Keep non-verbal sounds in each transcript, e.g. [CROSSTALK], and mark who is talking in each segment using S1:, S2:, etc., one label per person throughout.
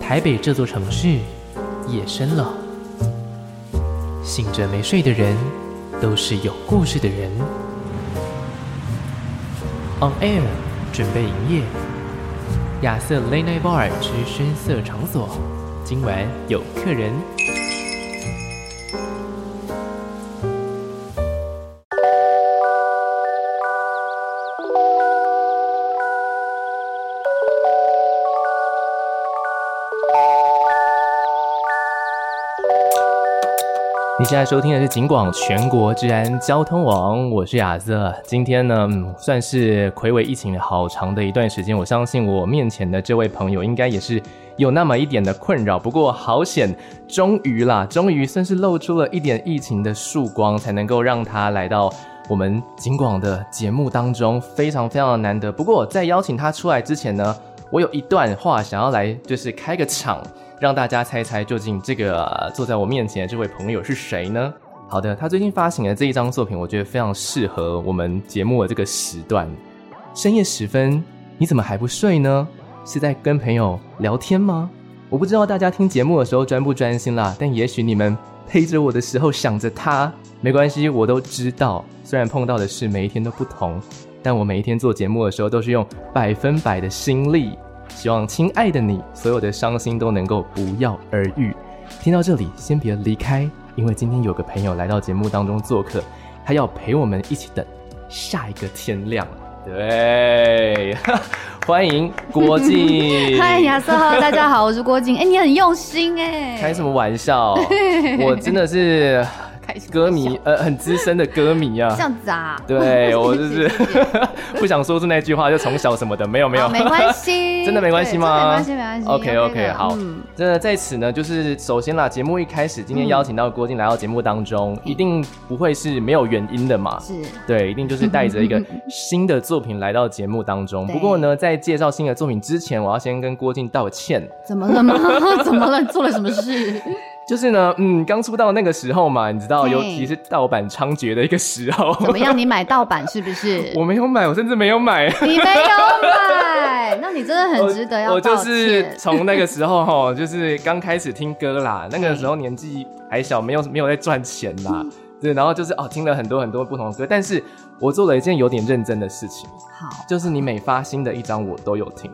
S1: 台北这座城市，夜深了。醒着没睡的人，都是有故事的人。On Air 准备营业，亚瑟 Late Night Bar 之深色场所，今晚有客人。你现在收听的是警广全国治安交通网，我是亚瑟。今天呢，嗯算是暌违疫情好长的一段时间，我相信我面前的这位朋友应该也是有那么一点的困扰。不过好险，终于啦，终于算是露出了一点疫情的曙光，才能够让他来到。我们警广的节目当中非常非常的难得。不过在邀请他出来之前呢，我有一段话想要来，就是开个场，让大家猜猜究竟这个、呃坐在我面前的这位朋友是谁呢？好的，他最近发行的这一张作品，我觉得非常适合我们节目的这个时段。深夜时分，你怎么还不睡呢？是在跟朋友聊天吗？我不知道大家听节目的时候专不专心啦，但也许你们陪着我的时候想着他，没关系，我都知道。虽然碰到的事每一天都不同，但我每一天做节目的时候都是用百分百的心力。希望亲爱的你，所有的伤心都能够不药而愈。听到这里，先别离开，因为今天有个朋友来到节目当中做客，他要陪我们一起等下一个天亮。对， [LAUGHS] 欢迎郭靖。
S2: [LAUGHS] 嗨，亚瑟，
S1: [LAUGHS]
S2: 大家好，我是郭靖。哎、你很用心哎、
S1: 开什么玩
S2: [LAUGHS]
S1: 笑？我真的是
S2: 开什么
S1: 歌迷，呃，很资深的歌迷啊
S2: 这。样子啊？ [LAUGHS]
S1: 对我就是 [LAUGHS] 不想说出那句话，就从小什么的，没有没有，
S2: 啊没关
S1: [LAUGHS]
S2: 系，
S1: 真的没关系吗？
S2: 对真的没关系，没关系。
S1: OK
S2: 没
S1: OK，
S2: 有
S1: 好
S2: 嗯。
S1: 这在此呢，就是首先啦，节目一开始，今天邀请到郭靖来到节目当中，一定不会是没有原因的嘛。
S2: 是
S1: 对，一定就是带着一
S2: [LAUGHS]
S1: 个新的作品来到节目当中。
S2: 对
S1: 不过呢，在介绍新的作品之前，我要先跟郭靖道歉。
S2: 怎么了吗？ [LAUGHS] 怎么了？你做了什
S1: [LAUGHS]
S2: 么事？
S1: 就是呢，嗯，刚出道那个时候嘛，你知道，
S2: 对
S1: 尤其是盗版猖獗的一个时候。 [LAUGHS]？
S2: 怎么样？你买盗版是不是
S1: 我没有买，我甚至没有买。
S2: 你没有
S1: [LAUGHS]
S2: 买，那你真的 [LAUGHS] 很值得要
S1: 我
S2: 道
S1: 就
S2: 歉。
S1: 是从那个时候哈，就是刚开始听歌啦，那个时候年纪还小，没有没有在赚钱啦，对，然后就是哦，听了很多很多不同的歌，但是我做了一件有点认真的事情，
S2: 好。
S1: 就是你每发新的一张我都有听，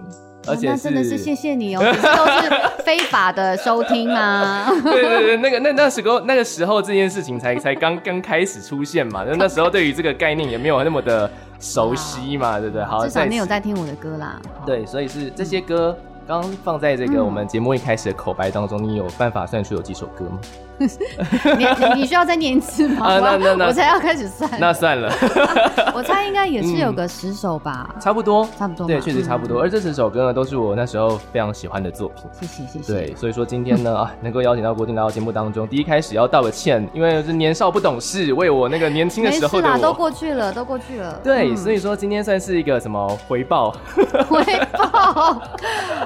S1: 而且
S2: 哦那真的是谢谢你哦，可是都是非法的收听啊。
S1: 对对对，那个那那时候那个时候这件事情才才刚刚开始出现嘛，就那时候对于这个概念也没有那么的熟悉嘛，对不对？ [LAUGHS] 好，
S2: [LAUGHS] 至少
S1: 在
S2: 你有
S1: 此
S2: 在听我的歌啦。好，
S1: 对，所以是这些歌。刚刚放在这个
S2: 嗯
S1: 我们节目一开始的口白当中，你有办法算出有几首歌吗？
S2: 你你你需要再念一次吗？
S1: 啊那那那
S2: 我才要开始算。
S1: 那算了， [LAUGHS]
S2: 我猜应该也是
S1: 嗯
S2: 有个十首吧。
S1: 差不多，
S2: 差不多嘛嗯
S1: 对，确实差不多。而这十首歌呢，都是我那时候非常喜欢的作品。
S2: 谢谢谢谢。
S1: 对，所以说今天
S2: [LAUGHS]
S1: 呢啊，能够邀请到国定来到节目当中，第一开始要道个歉，因为是年少不懂事，为我那个年轻的
S2: 没
S1: 时候
S2: 事
S1: 的
S2: 啦，都
S1: 我。
S2: 过去了，都过去了。
S1: 对，
S2: 嗯
S1: 所以说今天算是一个什么回报？
S2: 回
S1: [LAUGHS]
S2: 报。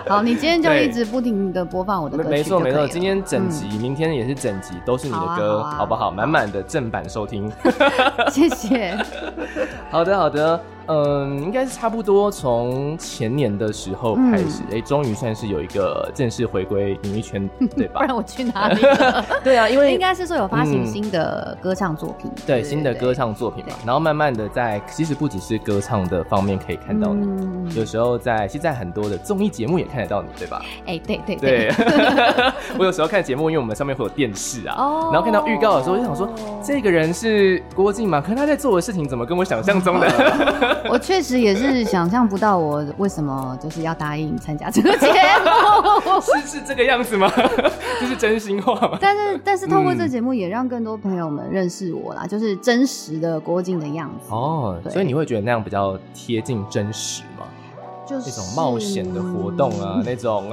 S2: 好，你今天就
S1: 对
S2: 一直不停的播放我的歌
S1: [LAUGHS]
S2: 曲
S1: 没错
S2: 就可
S1: 没
S2: 以
S1: 错，
S2: 了
S1: 今天整集，明天也是整集，都是你
S2: 好
S1: 的
S2: 啊
S1: 歌，
S2: 好啊
S1: 不好？满满的正版收听。 [LAUGHS]
S2: 谢谢。
S1: 好的，好的，嗯，应该是差不多从前年的时候
S2: 嗯
S1: 开始，哎、终于算是有一个正式回归演艺
S2: [LAUGHS]
S1: 圈，对
S2: 不
S1: 吧？
S2: 然我去哪里了？
S1: [LAUGHS] 对啊，因
S2: 应
S1: 为
S2: 该是说有发行
S1: 嗯
S2: 新的歌唱作品，
S1: 对新的歌唱作品嘛，然后慢慢的在，其实不只是歌唱的方面可以看到你，
S2: 你。
S1: 有时候在现在很多的综艺节目也看得到你，对吧？
S2: 哎，对对
S1: 对， [LAUGHS] 我有时候看节目，因为我们上面会有电视啊，
S2: 哦
S1: 然后看到预告的时候，我就想说，这个人是郭靖嘛？可是他在做的事情怎么跟我想象中的？
S2: 我确实也是想象不到我为什么就是要答应参加这个节
S1: [LAUGHS]
S2: 目。
S1: 是是这个样子吗？ [LAUGHS] 这是真心话吗？
S2: 但是，但是透过
S1: 嗯
S2: 这节目，也让更多朋友们认识我啦，就是真实的郭靖的样
S1: [LAUGHS]
S2: 子。
S1: 哦，
S2: 对
S1: 所以你会觉得那样比较贴近真实吗？
S2: 就是
S1: 那种冒险的活动啊，嗯那种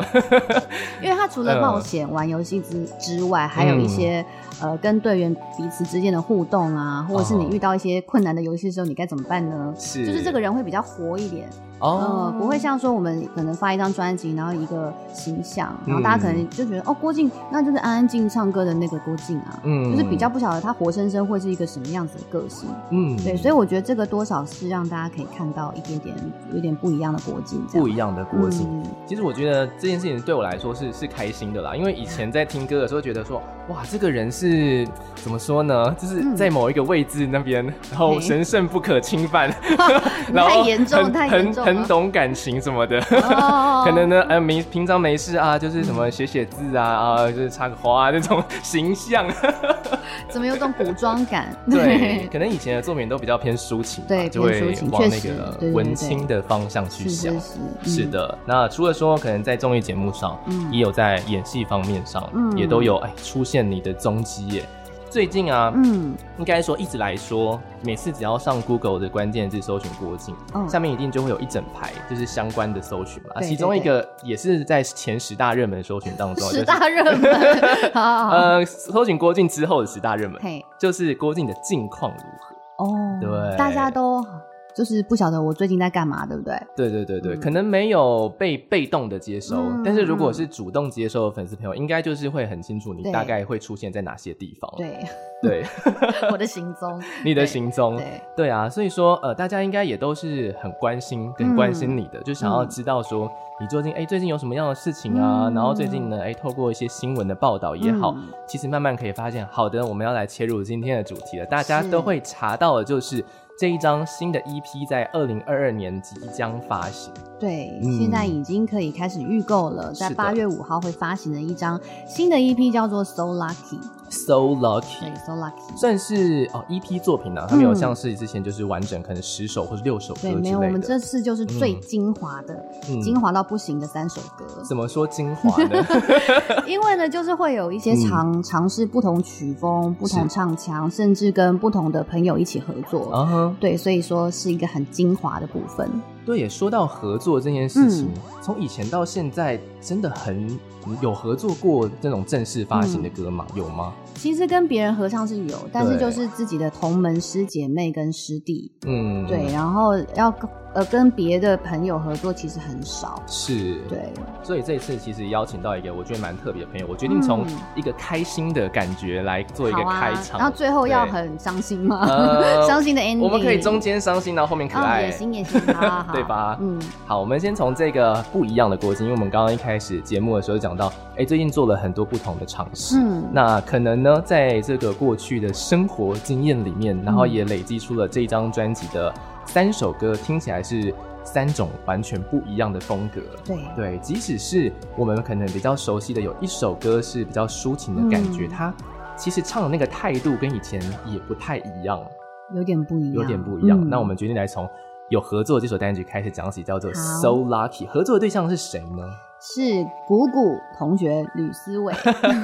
S2: 因为它除了冒险、玩游戏之之外，还
S1: 嗯
S2: 有一些、呃跟队员彼此之间的互动啊，或者是
S1: 哦
S2: 你遇到一些困难的游戏的时候，你该怎么办呢？
S1: 是
S2: 就是这个人会比较活一点，
S1: [LAUGHS] 哦
S2: 呃，不会像说我们可能发一张专辑，然后一个形象，然后大家可
S1: 嗯
S2: 能就觉得、哦，郭靖那就是安安静静唱歌的那个郭靖啊，
S1: 嗯
S2: 就是比较不晓得他活生生会是一个什么样子的个性。
S1: 嗯，
S2: 对，所以我觉得这个多少是让大家可以看到一点点有点不一样的郭靖，这
S1: 不
S2: 样
S1: 一样的国情。
S2: 嗯
S1: 其实我觉得这件事情对我来说是是开心的啦，因为以前在听歌的时候觉得说，哇，这个人是怎么说呢？就是
S2: 嗯
S1: 在某一个位置那边，然后
S2: 嘿
S1: 神圣不可侵
S2: [LAUGHS]
S1: 犯， [LAUGHS]
S2: 你
S1: 然
S2: 太
S1: 后
S2: 严重了，
S1: 很
S2: 太严
S1: 很
S2: 重
S1: 很
S2: 了。
S1: 懂感情什么的。
S2: 哦
S1: 可能呢，呃，没平常没事啊，就是什么写写字啊，啊，就是插个花啊那种形
S2: [LAUGHS]
S1: 象。
S2: [LAUGHS] 怎么有种古装感？
S1: [LAUGHS] 对，可能以前的作品都比较偏抒情吧，
S2: 对
S1: 就
S2: 偏抒
S1: 会
S2: 情
S1: 往那
S2: 确实对
S1: 个
S2: 对对
S1: 文青的方向去
S2: 是
S1: 想
S2: 是。是，嗯
S1: 是，的，那除了说可能在综艺节目上，
S2: 嗯
S1: 也有在演戏方面上，
S2: 嗯
S1: 也都有哎出现你的踪迹耶。最近啊，
S2: 嗯
S1: 应该说一直来说，每次只要上 Google 的关键字搜寻郭靖，
S2: 嗯
S1: 下面一定就会有一整排就是相关的搜寻嘛。
S2: 对
S1: 其中一个也是在前十大热门搜寻当中，
S2: 十
S1: 就是
S2: 大热
S1: [LAUGHS]
S2: 门，好好好，
S1: 呃搜寻郭靖之后的十大热门，
S2: 嘿，
S1: 就是郭靖的近况如何。
S2: 哦，
S1: 对
S2: 大家都就是不晓得我最近在干嘛，对不对？
S1: 对对对对，
S2: 嗯
S1: 可能没有被被动的接收，
S2: 嗯
S1: 但是如果是主动接收的粉丝朋友，应该就是会很清楚你
S2: 对
S1: 大概会出现在哪些地方，
S2: 对， [LAUGHS]
S1: 对
S2: 我的行踪，
S1: 哦 [LAUGHS] 你的
S2: 对
S1: 行踪，
S2: 对，
S1: 对啊，所以说呃，大家应该也都是很关心、很关
S2: 嗯
S1: 心你的，就想要知道说你最近哎最近有什么样的事情啊，
S2: 嗯
S1: 然后最近呢哎透过一些新闻的报道也好，
S2: 嗯
S1: 其实慢慢可以发现，好的，我们要来切入今天的主题了，大家
S2: 是
S1: 都会查到的就是。这一张新的 EP 在二零二二年即将发行，
S2: 对，
S1: 嗯
S2: 现在已经可以开始预购了，在
S1: 是的
S2: 八月五号会发行的一张新的 EP 叫做《So Lucky》，
S1: So Lucky
S2: 对，《So Lucky》。
S1: 算是哦 EP 作品呢、啊，它没有
S2: 嗯
S1: 像是之前就是完整可能十首或者六首歌之
S2: 对，
S1: 类的。
S2: 没有，我们这次就是最精华的，
S1: 嗯
S2: 精华到不行的三首歌。
S1: 怎么说精华
S2: [LAUGHS]
S1: 呢？
S2: 因为呢，就是会有一些尝尝试不同曲风、不
S1: 嗯
S2: 同
S1: 是
S2: 唱腔，甚至跟不同的朋友一起合作。
S1: 啊哈，
S2: 对，所以说是一个很精华的部分。
S1: 对也说到合作这件事情，
S2: 嗯
S1: 从、以前到现在，真的很嗯有合作过这种正式发行的歌吗？
S2: 嗯
S1: 有吗？
S2: 其实跟别人合唱是有，但是
S1: 对
S2: 就是自己的同门师姐妹跟师弟，
S1: 嗯，
S2: 对，，啊然后要跟呃跟别的朋友合作其实很少，
S1: 是，。
S2: 对，
S1: 所以这一次其实邀请到一个我觉得蛮特别的朋友，我决定从
S2: 嗯
S1: 一个开心的感觉来做一个
S2: 好啊
S1: 开场，
S2: 然后最后要
S1: 对
S2: 很伤心吗？
S1: 呃
S2: [LAUGHS] 伤心的 ending，
S1: 我们可以中间伤心，然后后面可
S2: 哦，
S1: 爱，
S2: 也行也行，好好
S1: [LAUGHS]
S2: 好
S1: 对吧
S2: 嗯，
S1: 好，我们先从这个不一样的国境，因为我们刚刚一开始节目的时候讲到，哎，最近做了很多不同的尝试。
S2: 嗯
S1: 那可能呢，在这个过去的生活经验里面，然后也累积出了这张专辑的三首歌，听起来是三种完全不一样的风格。
S2: 对
S1: 对，即使是我们可能比较熟悉的，有一首歌是比较抒情的感觉，
S2: 嗯
S1: 它其实唱的那个态度跟以前也不太一样。
S2: 有点不一样，
S1: 有点不一样。
S2: 嗯
S1: 那我们决定来从有合作这首单曲开始讲起，叫做《
S2: 好
S1: So Lucky》。合作的对象是谁呢？
S2: 是谷谷同学吕思
S1: [LAUGHS]
S2: 伟，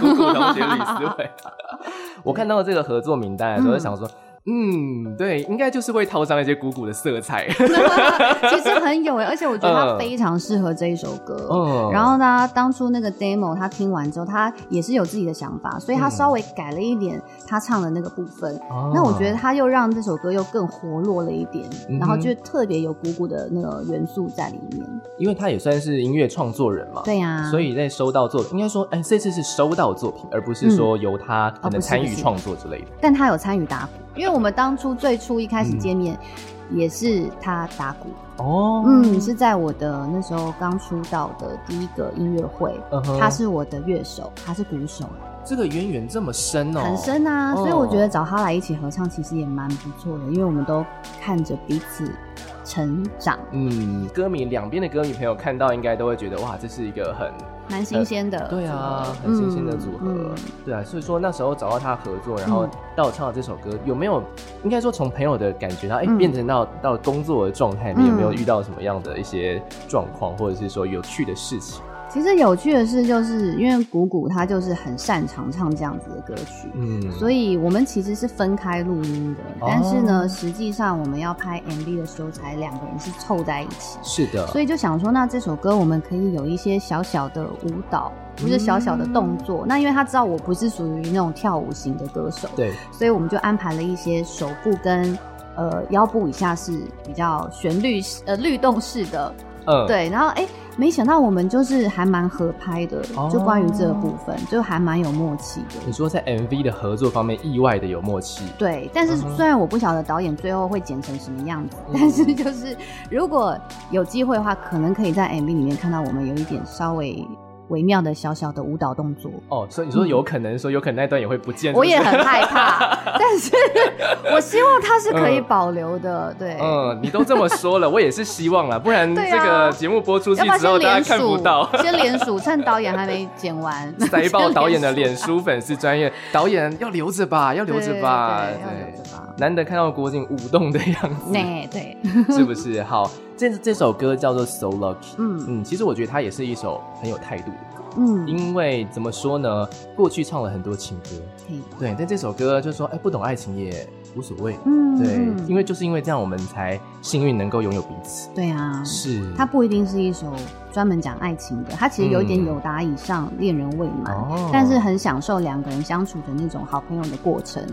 S1: 姑姑同学李思维。 [LAUGHS] 我看到这个合作名单的时候，就想说。嗯，对，应该就是会套上一些鼓鼓的色彩。
S2: 其实很有哎，而且我觉得他
S1: 嗯
S2: 非常适合这一首歌。
S1: 嗯，
S2: 然后呢，当初那个 demo 他听完之后，他也是有自己的想法，所以他
S1: 嗯
S2: 稍微改了一点他唱的那个部分。
S1: 哦，
S2: [LAUGHS] 那我觉得他又让这首歌又更活络了一点，
S1: 嗯哼
S2: 然后就特别有姑姑的那个元素在里面。
S1: 因为他也算是音乐创作人嘛，
S2: 对啊呀、
S1: 哦所以在收到作品，应该说，哎，这次是收到作品，而不是说由他可
S2: 嗯哦
S1: 能
S2: 不是
S1: 参
S2: 不
S1: 与
S2: 是
S1: 创作之类的。
S2: 但他有参与打鼓，因为我们当初最初一开
S1: 嗯
S2: 始见面。也是他打鼓，
S1: 哦，
S2: 嗯，是在我的那时候刚出道的第一个音乐会，
S1: 嗯哼，
S2: 他是我的乐手，他是鼓手，
S1: 这个渊源这么深哦，
S2: 很深啊，所以
S1: 哦
S2: 我觉得找他来一起合唱其实也蛮不错的，因为我们都看着彼此成长，
S1: 嗯，歌迷两边的歌迷朋友看到，应该都会觉得哇，这是一个很
S2: 蛮新鲜的、
S1: 呃对啊，很新鲜的组合，
S2: 嗯嗯
S1: 对啊，所以说那时候找到他合作，然后到唱了这首歌，有没有应该说从朋友的感觉到，哎、
S2: 嗯
S1: 变成到到工作的状态里面，有没有
S2: 嗯
S1: 遇到什么样的一些状况，或者是说有趣的事情？
S2: 其实有趣的是，就是因为谷谷他就是很擅长唱这样子的歌曲，
S1: 嗯，
S2: 所以我们其实是分开录音的。
S1: 哦
S2: 但是呢，实际上我们要拍 MV 的时候，才两个人是凑在一起。
S1: 是的，
S2: 所以就想说，那这首歌我们可以有一些小小的舞蹈，或者小小
S1: 嗯
S2: 的动作。那因为他知道我不是属于那种跳舞型的歌手，
S1: 对，
S2: 所以我们就安排了一些手部跟呃腰部以下是比较旋律呃律动式的，
S1: 嗯，，
S2: 对，然后哎、没想到我们就是还蛮合拍的，
S1: 哦
S2: 就关于这个部分就还蛮有默契的。
S1: 你说在 MV 的合作方面意外的有默契，
S2: 对，但是
S1: 嗯哼
S2: 虽然我不晓得导演最后会剪成什么样子，
S1: 嗯
S2: 但是就是如果有机会的话，可能可以在 MV 里面看到我们有一点稍微微妙的小小的舞蹈动作。
S1: 哦，所以你说有可能说有可能那段也会不见，
S2: 嗯我也
S1: 是不是
S2: 很害
S1: [LAUGHS]
S2: 怕，但是我希望它是可以保留的，对，
S1: 嗯，你都这么说了，我也是希望啦，不然
S2: 对
S1: 这
S2: 啊
S1: 个节目播出去
S2: 要不然
S1: 之后，
S2: 先
S1: 大
S2: 联
S1: 家看不
S2: 署
S1: 到，
S2: 先联署，趁导演还没剪完，
S1: [LAUGHS] 塞爆导演的
S2: 先联
S1: 脸
S2: 署
S1: 书粉丝专业，导演要留着吧，要留着吧，
S2: 对对要留着吧
S1: 难得看到郭靖舞动的样 [LAUGHS] 子，
S2: 对对，
S1: 是不是？好，这这首歌叫做《So Lucky》。
S2: 嗯
S1: 嗯，其实我觉得它也是一首很有态度的歌，
S2: 嗯，
S1: 因为怎么说呢，过去唱了很多情歌，
S2: 可以，
S1: 对，但这首歌就说，哎，不懂爱情也无所谓，
S2: 嗯，
S1: 对，因
S2: 为
S1: 为就是因为这样，我们才幸运能够拥有彼此。
S2: 对啊，
S1: 是，
S2: 它不一定是一首专门讲爱情的，它其实有一点
S1: 嗯
S2: 有达以上恋人未满，
S1: 哦
S2: 但是很享受两个人相处的那种好朋友的过程。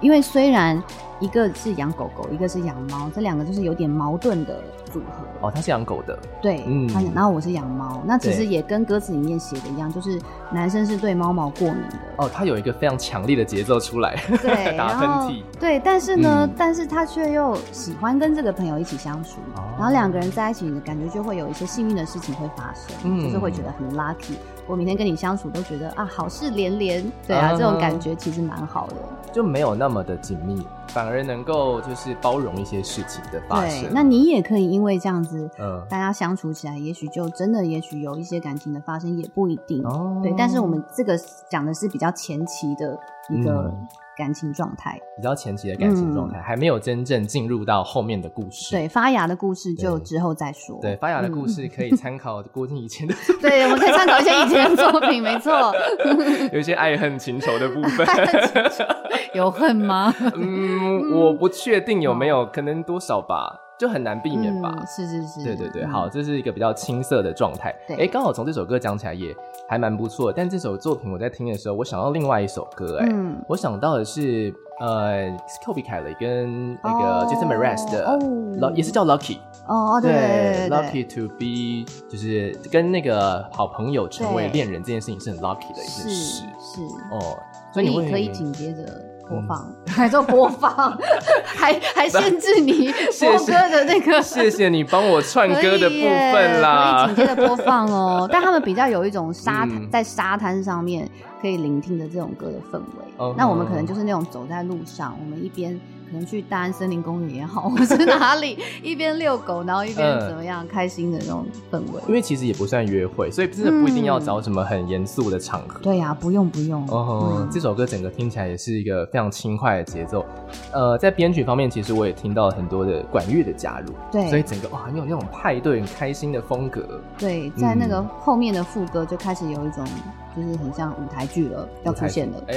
S2: 因为虽然一个是养狗狗，一个是养猫，这两个就是有点矛盾的组合。
S1: 哦，他是养狗的，
S2: 对，
S1: 嗯
S2: 他然后我是养猫，那其
S1: 对
S2: 实也跟歌词里面写的一样，就是男生是对猫毛过敏的，
S1: 哦，他有一个非常强烈的节奏出来， [LAUGHS]
S2: 对，
S1: 打
S2: 然
S1: 喷
S2: 后
S1: 嚏。
S2: 对，但是呢，
S1: 嗯
S2: 但是他却又喜欢跟这个朋友一起相处，
S1: 哦
S2: 然后两个人在一起，你的感觉就会有一些幸运的事情会发生，
S1: 嗯
S2: 就是会觉得很 lucky。我每天跟你相处都觉得啊，好事连连，对啊，
S1: 啊
S2: 这种感觉其实蛮好的。
S1: 就没有那么的紧密，反而能够就是包容一些事情的发
S2: 对
S1: 生。，
S2: 那你也可以因为这样子，
S1: 嗯
S2: 大家相处起来，也许就真的，也许有一些感情的发生，也不一定。
S1: 哦
S2: 对，但是我们这个讲的是比较前期的一个
S1: 嗯
S2: 感情状态，
S1: 比较前期的感情状态、还没有真正进入到后面的故事。
S2: 嗯对，嗯发芽的故事就
S1: 对
S2: 之后再说。
S1: 对，发芽的故事可以参考郭靖以前的 [LAUGHS]
S2: 对，我们可以参考一些以前的作品，没错。
S1: 有一些爱恨情仇的部
S2: [LAUGHS]
S1: 分。
S2: 有恨吗？
S1: 嗯，我不确定有没有，可能多少吧，就很难避免吧。
S2: 嗯，是是是，
S1: 对对对，
S2: 嗯
S1: 好，，这是一个比较青涩的状态。
S2: 对
S1: 哎，刚好从这首歌讲起来也还蛮不错，但这首作品我在听的时候，我想到另外一首歌，哎、
S2: 嗯，
S1: 我想到的是呃，Kobe 凯雷跟那个
S2: 哦
S1: Jason Mraz 的，
S2: 哦
S1: 老也是叫 Lucky，
S2: 哦哦，对对对对对
S1: ，Lucky to be 就是跟那个好朋友成为
S2: 对
S1: 恋人这件事情是很 lucky 的一
S2: 是
S1: 件事
S2: 是，
S1: 哦，
S2: 所
S1: 以你
S2: 以
S1: 会嗯
S2: 可以紧接着。播放， [LAUGHS] 还做播放， [LAUGHS] 还还限
S1: [LAUGHS]
S2: 制你播歌的那个
S1: 谢谢你帮我串歌的部分
S2: 可以耶
S1: 啦
S2: 可以。紧接着播放
S1: [LAUGHS]
S2: 哦。但他们比较有一种沙滩
S1: 嗯
S2: 在沙滩上面可以聆听的这种歌的氛
S1: 嗯
S2: 围。那我们可能就是那种走在路上，我们一边可能去大安森林公园也好，或是哪里 [LAUGHS] 一边遛狗，然后一边
S1: 嗯
S2: 怎么样开心的那种氛
S1: 因
S2: 围。
S1: 为其实也不算约会，所以真的不一定要找什么很严肃的场合。
S2: 对呀，不用不用。
S1: 哦、
S2: 嗯
S1: 这首歌整个听起来也是一个非常轻快的节奏。呃，在编曲方面，其实我也听到很多的管乐的加入，所以
S2: 对
S1: 整个哇，很有那种派对、很开心的风格。
S2: 对，在那个
S1: 嗯
S2: 后面的副歌就开始有一种就是很像舞台剧了要出现了。 [LAUGHS]
S1: 哎、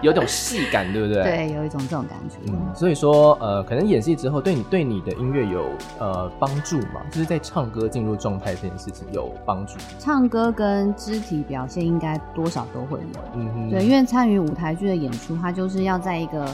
S1: 有种戏感，对不对？。
S2: 对，有一种这种感觉。
S1: 嗯，所以说，呃，可能演戏之后对你对你的音乐有呃帮助嘛？就是在唱歌进入状态这件事情有帮助。
S2: 唱歌跟肢体表现应该多少都会有。
S1: 嗯哼，
S2: 对，因为参与舞台剧的演出，它就是要在一个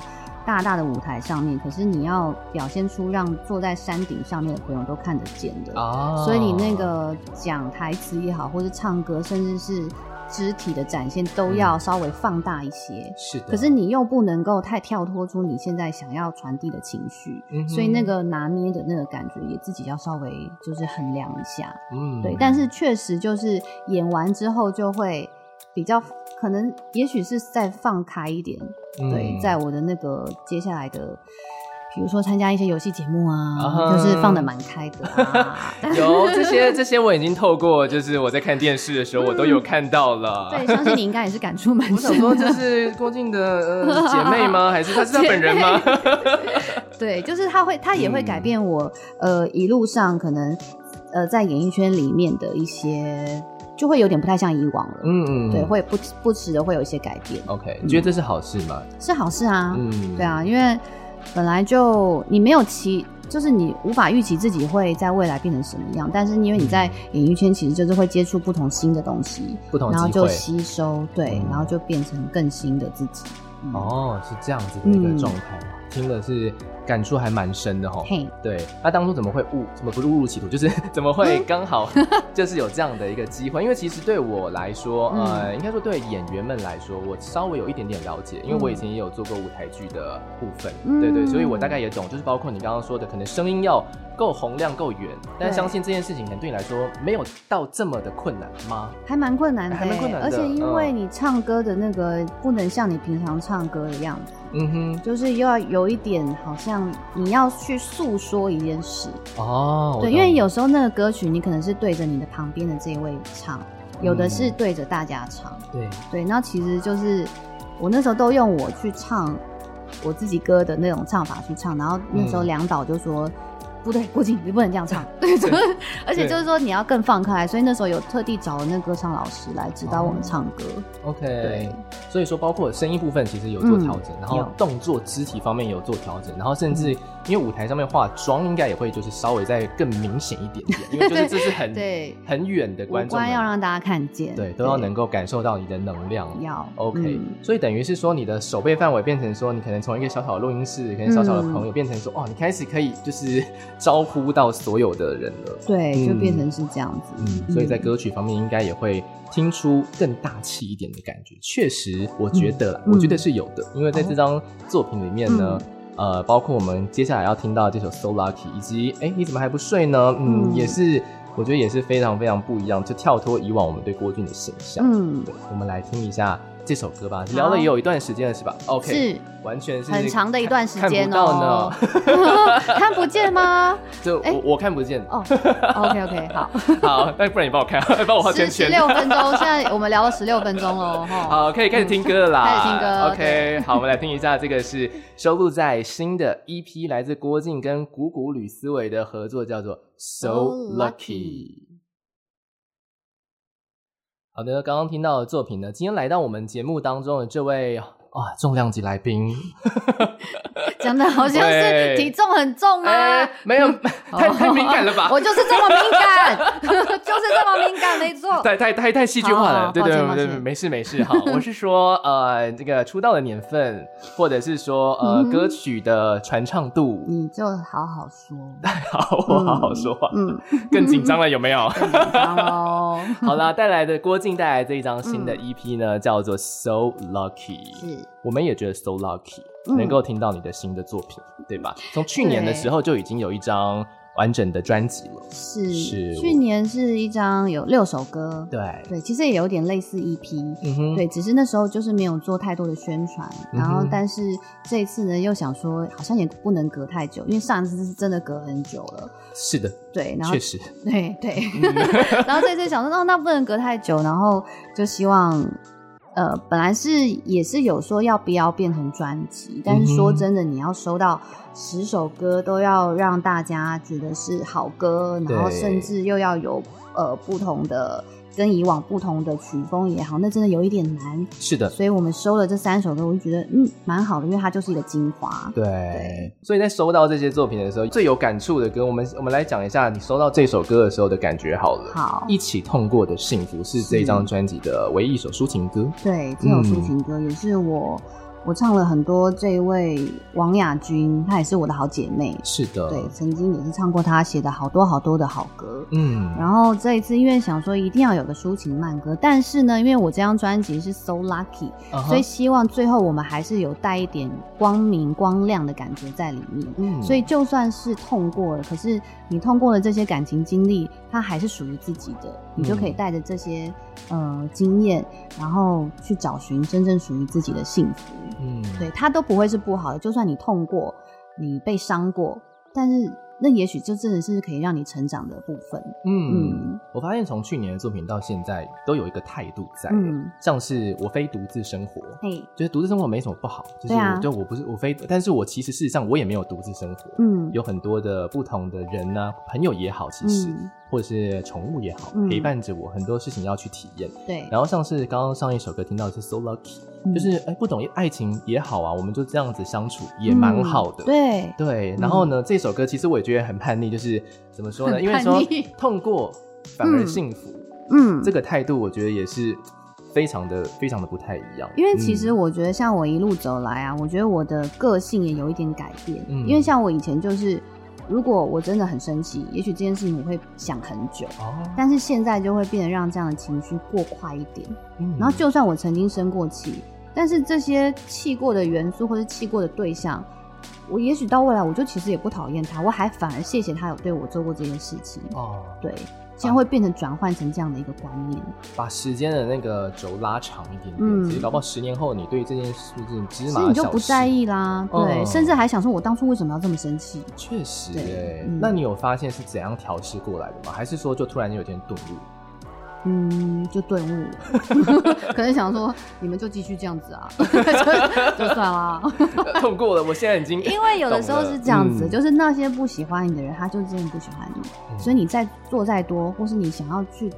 S2: 大大的舞台上面，可是你要表现出让坐在山顶上面的朋友都看得见的，
S1: 啊，
S2: 所以你那个讲台词也好，或是唱歌，甚至是肢体的展现，都
S1: 嗯
S2: 要稍微放大一些。
S1: 是的，
S2: 可是你又不能够太跳脱出你现在想要传递的情绪，
S1: 嗯哼
S2: 所以那个拿捏的那个感觉也自己要稍微就是衡量一下。
S1: 嗯
S2: 对，但是确实就是演完之后就会比较可能，也许是再放开一点。对，
S1: 嗯
S2: 在我的那个接下来的，比如说参加一些游戏节目
S1: 啊
S2: 啊，
S1: 哈
S2: 就是放的蛮开的
S1: [LAUGHS]
S2: 啊。
S1: 有这些这些我已经透过就是我在看电视的时候我都有看到了。
S2: [LAUGHS] 对，相信你应该也是感触蛮
S1: [LAUGHS] 我想
S2: 深
S1: 说这
S2: 的。
S1: 是郭靖的呃姐妹吗？还是她是她本人吗？
S2: 对，就是他会，他也会改
S1: 嗯
S2: 变我，呃，一路上可能，呃，在演艺圈里面的一些，就会有点不太像以往了。
S1: [LAUGHS] 嗯
S2: 对，会不不时的会有一些改变，
S1: OK，你觉得这是好事吗？
S2: 是好事啊。
S1: 嗯，
S2: 对啊，因为本来就你没有期，就是你无法预期自己会在未来变成什么样，但是因为你在演艺圈其实就是会接触不同新的东西，
S1: 不同
S2: 然后
S1: 哦机
S2: 就
S1: 会。
S2: 吸收，对
S1: 嗯，
S2: 然后就变成更新的自己。嗯，
S1: 哦，是这样子的一个
S2: 嗯
S1: 状态，啊听了是感触还蛮深的哈。
S2: 嘿，
S1: 对，他当初怎么会误，怎么不是误入歧途， [LAUGHS] 就是怎么
S2: 嗯
S1: 会刚好 [LAUGHS] 就是有这样的一个机会？因为其实对我来说，
S2: 嗯
S1: 呃，应该说对演员们来说，我稍微有一点点了解，因为我以前也有做过舞台剧的部分，
S2: 嗯
S1: 对对，所以我大概也懂，就是包括你刚刚说的，可能声音要够洪亮、够远，但
S2: 对
S1: 相信这件事情可能对你来说没有到这么的困难吗？
S2: 还蛮困难的欸，
S1: 还蛮困难的
S2: 而且因为
S1: 嗯
S2: 你唱歌的那个不能像你平常唱歌的样子，
S1: 嗯哼，
S2: 就是又要有一点好像你要去诉说一件事，
S1: 哦，我
S2: 对，因为
S1: 懂
S2: 有时候那个歌曲你可能是对着你的旁边的这一位唱，有
S1: 嗯
S2: 的是对着大家唱，
S1: 对，
S2: 对，那其实就是我那时候都用我去唱我自己歌的那种唱法去唱，然后那时候
S1: 嗯
S2: 梁导就说。不对，郭靖你不能这
S1: [LAUGHS]
S2: 样唱。对，就是， [LAUGHS] 而且就是说你要更放开，所以那时候有特地找了那歌唱老师来指导我
S1: 哦
S2: 们唱歌。
S1: OK，
S2: 对
S1: 所以说包括声音部分其实有做调整，
S2: 嗯
S1: 然后
S2: 有
S1: 动作肢体方面有做调整，然后甚至因为舞台上面化妆应该也会就是稍微再更明显一点点，因为就是这是很
S2: [LAUGHS] 对
S1: 很远的
S2: 五
S1: 观众
S2: 官
S1: 们，
S2: 要让大家看见，
S1: 嗯对都要能够感受到你的能量。
S2: 要
S1: OK，、
S2: 嗯
S1: 所以等于是说你的手背范围变成说你可能从一个小小的录音室，可能小小
S2: 嗯
S1: 的朋友变成说、哦，你开始可以就是 [LAUGHS] 招呼到所有的人了。
S2: 对，就
S1: 嗯
S2: 变成是这样子。
S1: 嗯，所以在歌曲方面应该也会听出更大气一点的感觉。确实，我觉得啦，
S2: 嗯
S1: 我觉得是有的，因为在这张作品里面呢。呃，包括我们接下来要听到这首《So Lucky》，以及哎，你怎么还不睡呢？嗯，
S2: 嗯
S1: 也是，我觉得也是非常非常不一样，就跳脱以往我们对郭俊的形象。
S2: 嗯，
S1: 对，我们来听一下这首歌吧。聊了也有一段时间了，是吧？OK，
S2: 是
S1: 完全是
S2: 很长的一段时间
S1: 哦
S2: 哦。
S1: 看不到呢，
S2: [LAUGHS] 看不见吗？
S1: 就
S2: 哎
S1: 我我看不见。
S2: 哦、o k OK，好，
S1: 好，那不然你帮我看， [LAUGHS] 帮我画圈
S2: 十
S1: 圈
S2: 十。六分钟，现在我们聊了哦十六分钟喽，哈。
S1: 好，可以开始听歌了啦。
S2: [LAUGHS] 开始听歌
S1: OK，好，我们来听一下，这个
S2: [LAUGHS]
S1: 是收录在新的 EP，来自郭靖跟谷谷吕思维的合作，叫做《So Lucky》。好的，刚刚听到的作品呢，今天来到我们节目当中的这位哇重量级来
S2: [LAUGHS]
S1: 宾，
S2: 讲的好像
S1: 对
S2: 是体重很重吗？？
S1: 哎，没有，太太敏感了吧
S2: [LAUGHS]
S1: [LAUGHS]
S2: 我就是这么敏感， [LAUGHS] 就是这么敏感，没错。
S1: 太太太太戏剧化
S2: 好
S1: 了，
S2: 好
S1: 对对
S2: 抱歉
S1: 对
S2: 哦抱
S1: 对，
S2: 歉
S1: 对没事没事，
S2: [LAUGHS]
S1: 好，我是说呃，这个出道的年份，或者是说呃
S2: 嗯哼
S1: 歌曲的传唱度，
S2: 你就好好说，
S1: [LAUGHS] 好，我好好说话，
S2: 嗯，哦
S1: 更紧张了有没
S2: [LAUGHS]
S1: 有？
S2: 更紧张喽。
S1: 好啦，带来的郭靖带来这一张新的 EP 呢，叫做《So Lucky》，
S2: 嗯是，
S1: 我们也觉得 So Lucky
S2: 嗯
S1: 能够听到你的新的作品，对吧？从去年的时候就已经有一张完整的专辑了，
S2: 是
S1: 是
S2: 去年是一张有六首歌，
S1: 对，
S2: 对，其实也有点类似 E EP，
S1: 嗯哼，
S2: 对，只是那时候就是没有做太多的宣传，然
S1: 嗯
S2: 后
S1: 哼
S2: 但是这一次呢，又想说好像也不能隔太久，因为上一次是真的隔很久了，
S1: 是的，
S2: 对，然后嗯
S1: 确实，
S2: 对对， [LAUGHS] 然后这次想说哦，那不能隔太久，然后就希望。呃，本来是也是有说要不要变成专辑，但是说
S1: 嗯哼
S2: 真的，你要收到十首歌都要让大家觉得是好歌，然后
S1: 对
S2: 甚至又要有呃不同的跟以往不同的曲风也好，那真的有一点难。
S1: [LAUGHS] 是
S2: [LAUGHS]
S1: 的，
S2: 所以我们收了这三首歌，我就觉得嗯蛮好的，因为它就是一个精华。
S1: 对，所以在收到这些作品的时候，最有感触的歌，我们我们来讲一下你收到这首歌的时候的感觉好了。
S2: 好，
S1: 一起痛过的幸福是这张专辑的唯一一首抒情歌。
S2: 对，这首抒
S1: 嗯
S2: 情歌也是我、我唱了很多。这一位王雅君，她也是我的好姐妹，
S1: 是的，
S2: 对，曾经也是唱过她写的好多好多的好歌。
S1: 嗯，
S2: 然后这一次，因为想说一定要有个抒情慢歌，但是呢，因为我这张专辑是 So Lucky，、
S1: 啊哈
S2: 所以希望最后我们还是有带一点光明光亮的感觉在里面。
S1: 嗯
S2: 所以就算是痛过了，可是你痛过了这些感情经历，它还是属于自己的，你就可以带着这些呃经验，然后去找寻真正属于自己的幸福。
S1: 嗯，
S2: 对，它都不会是不好的，就算你痛过，你被伤过，但是那也许就真的是可以让你成长的部分。
S1: 嗯，
S2: 嗯
S1: 我发现从去年的作品到现在，都有一个态度在，
S2: 嗯，
S1: 像是我非独自生活。
S2: 嘿，
S1: 就是独自生活没什么不好，就是
S2: 对
S1: 我、
S2: 啊
S1: 就我不是我非，但是我其实事实上我也没有独自生活，
S2: 嗯，
S1: 有很多的不同的人呢、朋友也好，其实、
S2: 嗯
S1: 或者是宠物也好，
S2: 嗯
S1: 陪伴着我很多事情要去体验。
S2: 对，
S1: 然后像是刚刚上一首歌听到的是 So Lucky，、就是
S2: 嗯
S1: 哎不懂爱情也好啊，我们就这样子相处也蛮好的。
S2: 嗯对，
S1: 对，然后呢，这首歌其实我也觉得很叛逆，就是怎么说呢？
S2: 嗯很
S1: 因为
S2: 叛
S1: 说
S2: 逆
S1: 痛过反而
S2: 嗯
S1: 幸福，
S2: 嗯
S1: 这，个态度我觉得也是非常的非常的不太一样。
S2: 因为其实
S1: 嗯
S2: 我觉得，像我一路走来啊，我觉得我的个性也有一点改变。
S1: 嗯
S2: 因为像我以前就是，如果我真的很生气，也许这件事情我会想很久，
S1: 哦，
S2: 但是现在就会变得让这样的情绪过快一点。
S1: 嗯
S2: 然后就算我曾经生过气，但是这些气过的元素或是气过的对象，我也许到未来我就其实也不讨厌他，我还反而谢谢他有对我做过这件事情。
S1: 哦，
S2: 对，现在会变成转换成这样的一个观念。
S1: 把时间的那个轴拉长一点点，
S2: 嗯
S1: 其实搞不好十年后你对这件事情芝
S2: 所
S1: 麻小事
S2: 以你就不在。意啦，
S1: 哦
S2: 对，甚至还想说，我当初为什么要这么生气？
S1: 确实、
S2: 对
S1: 欸，
S2: 嗯
S1: 那你有发现是怎样调试过来的吗？还是说就突然有点顿悟？ [LAUGHS]
S2: 嗯，就顿悟了，可能想说，你们就继续这样子啊， [LAUGHS] 就就算啦。
S1: 痛过了，我现在已经
S2: [LAUGHS] 因为有的时候是这样
S1: 懂
S2: 子，
S1: 了
S2: 就是那些不喜欢你的人，他就真的不喜欢你，
S1: 嗯
S2: 所以你再做再多，或是你想要去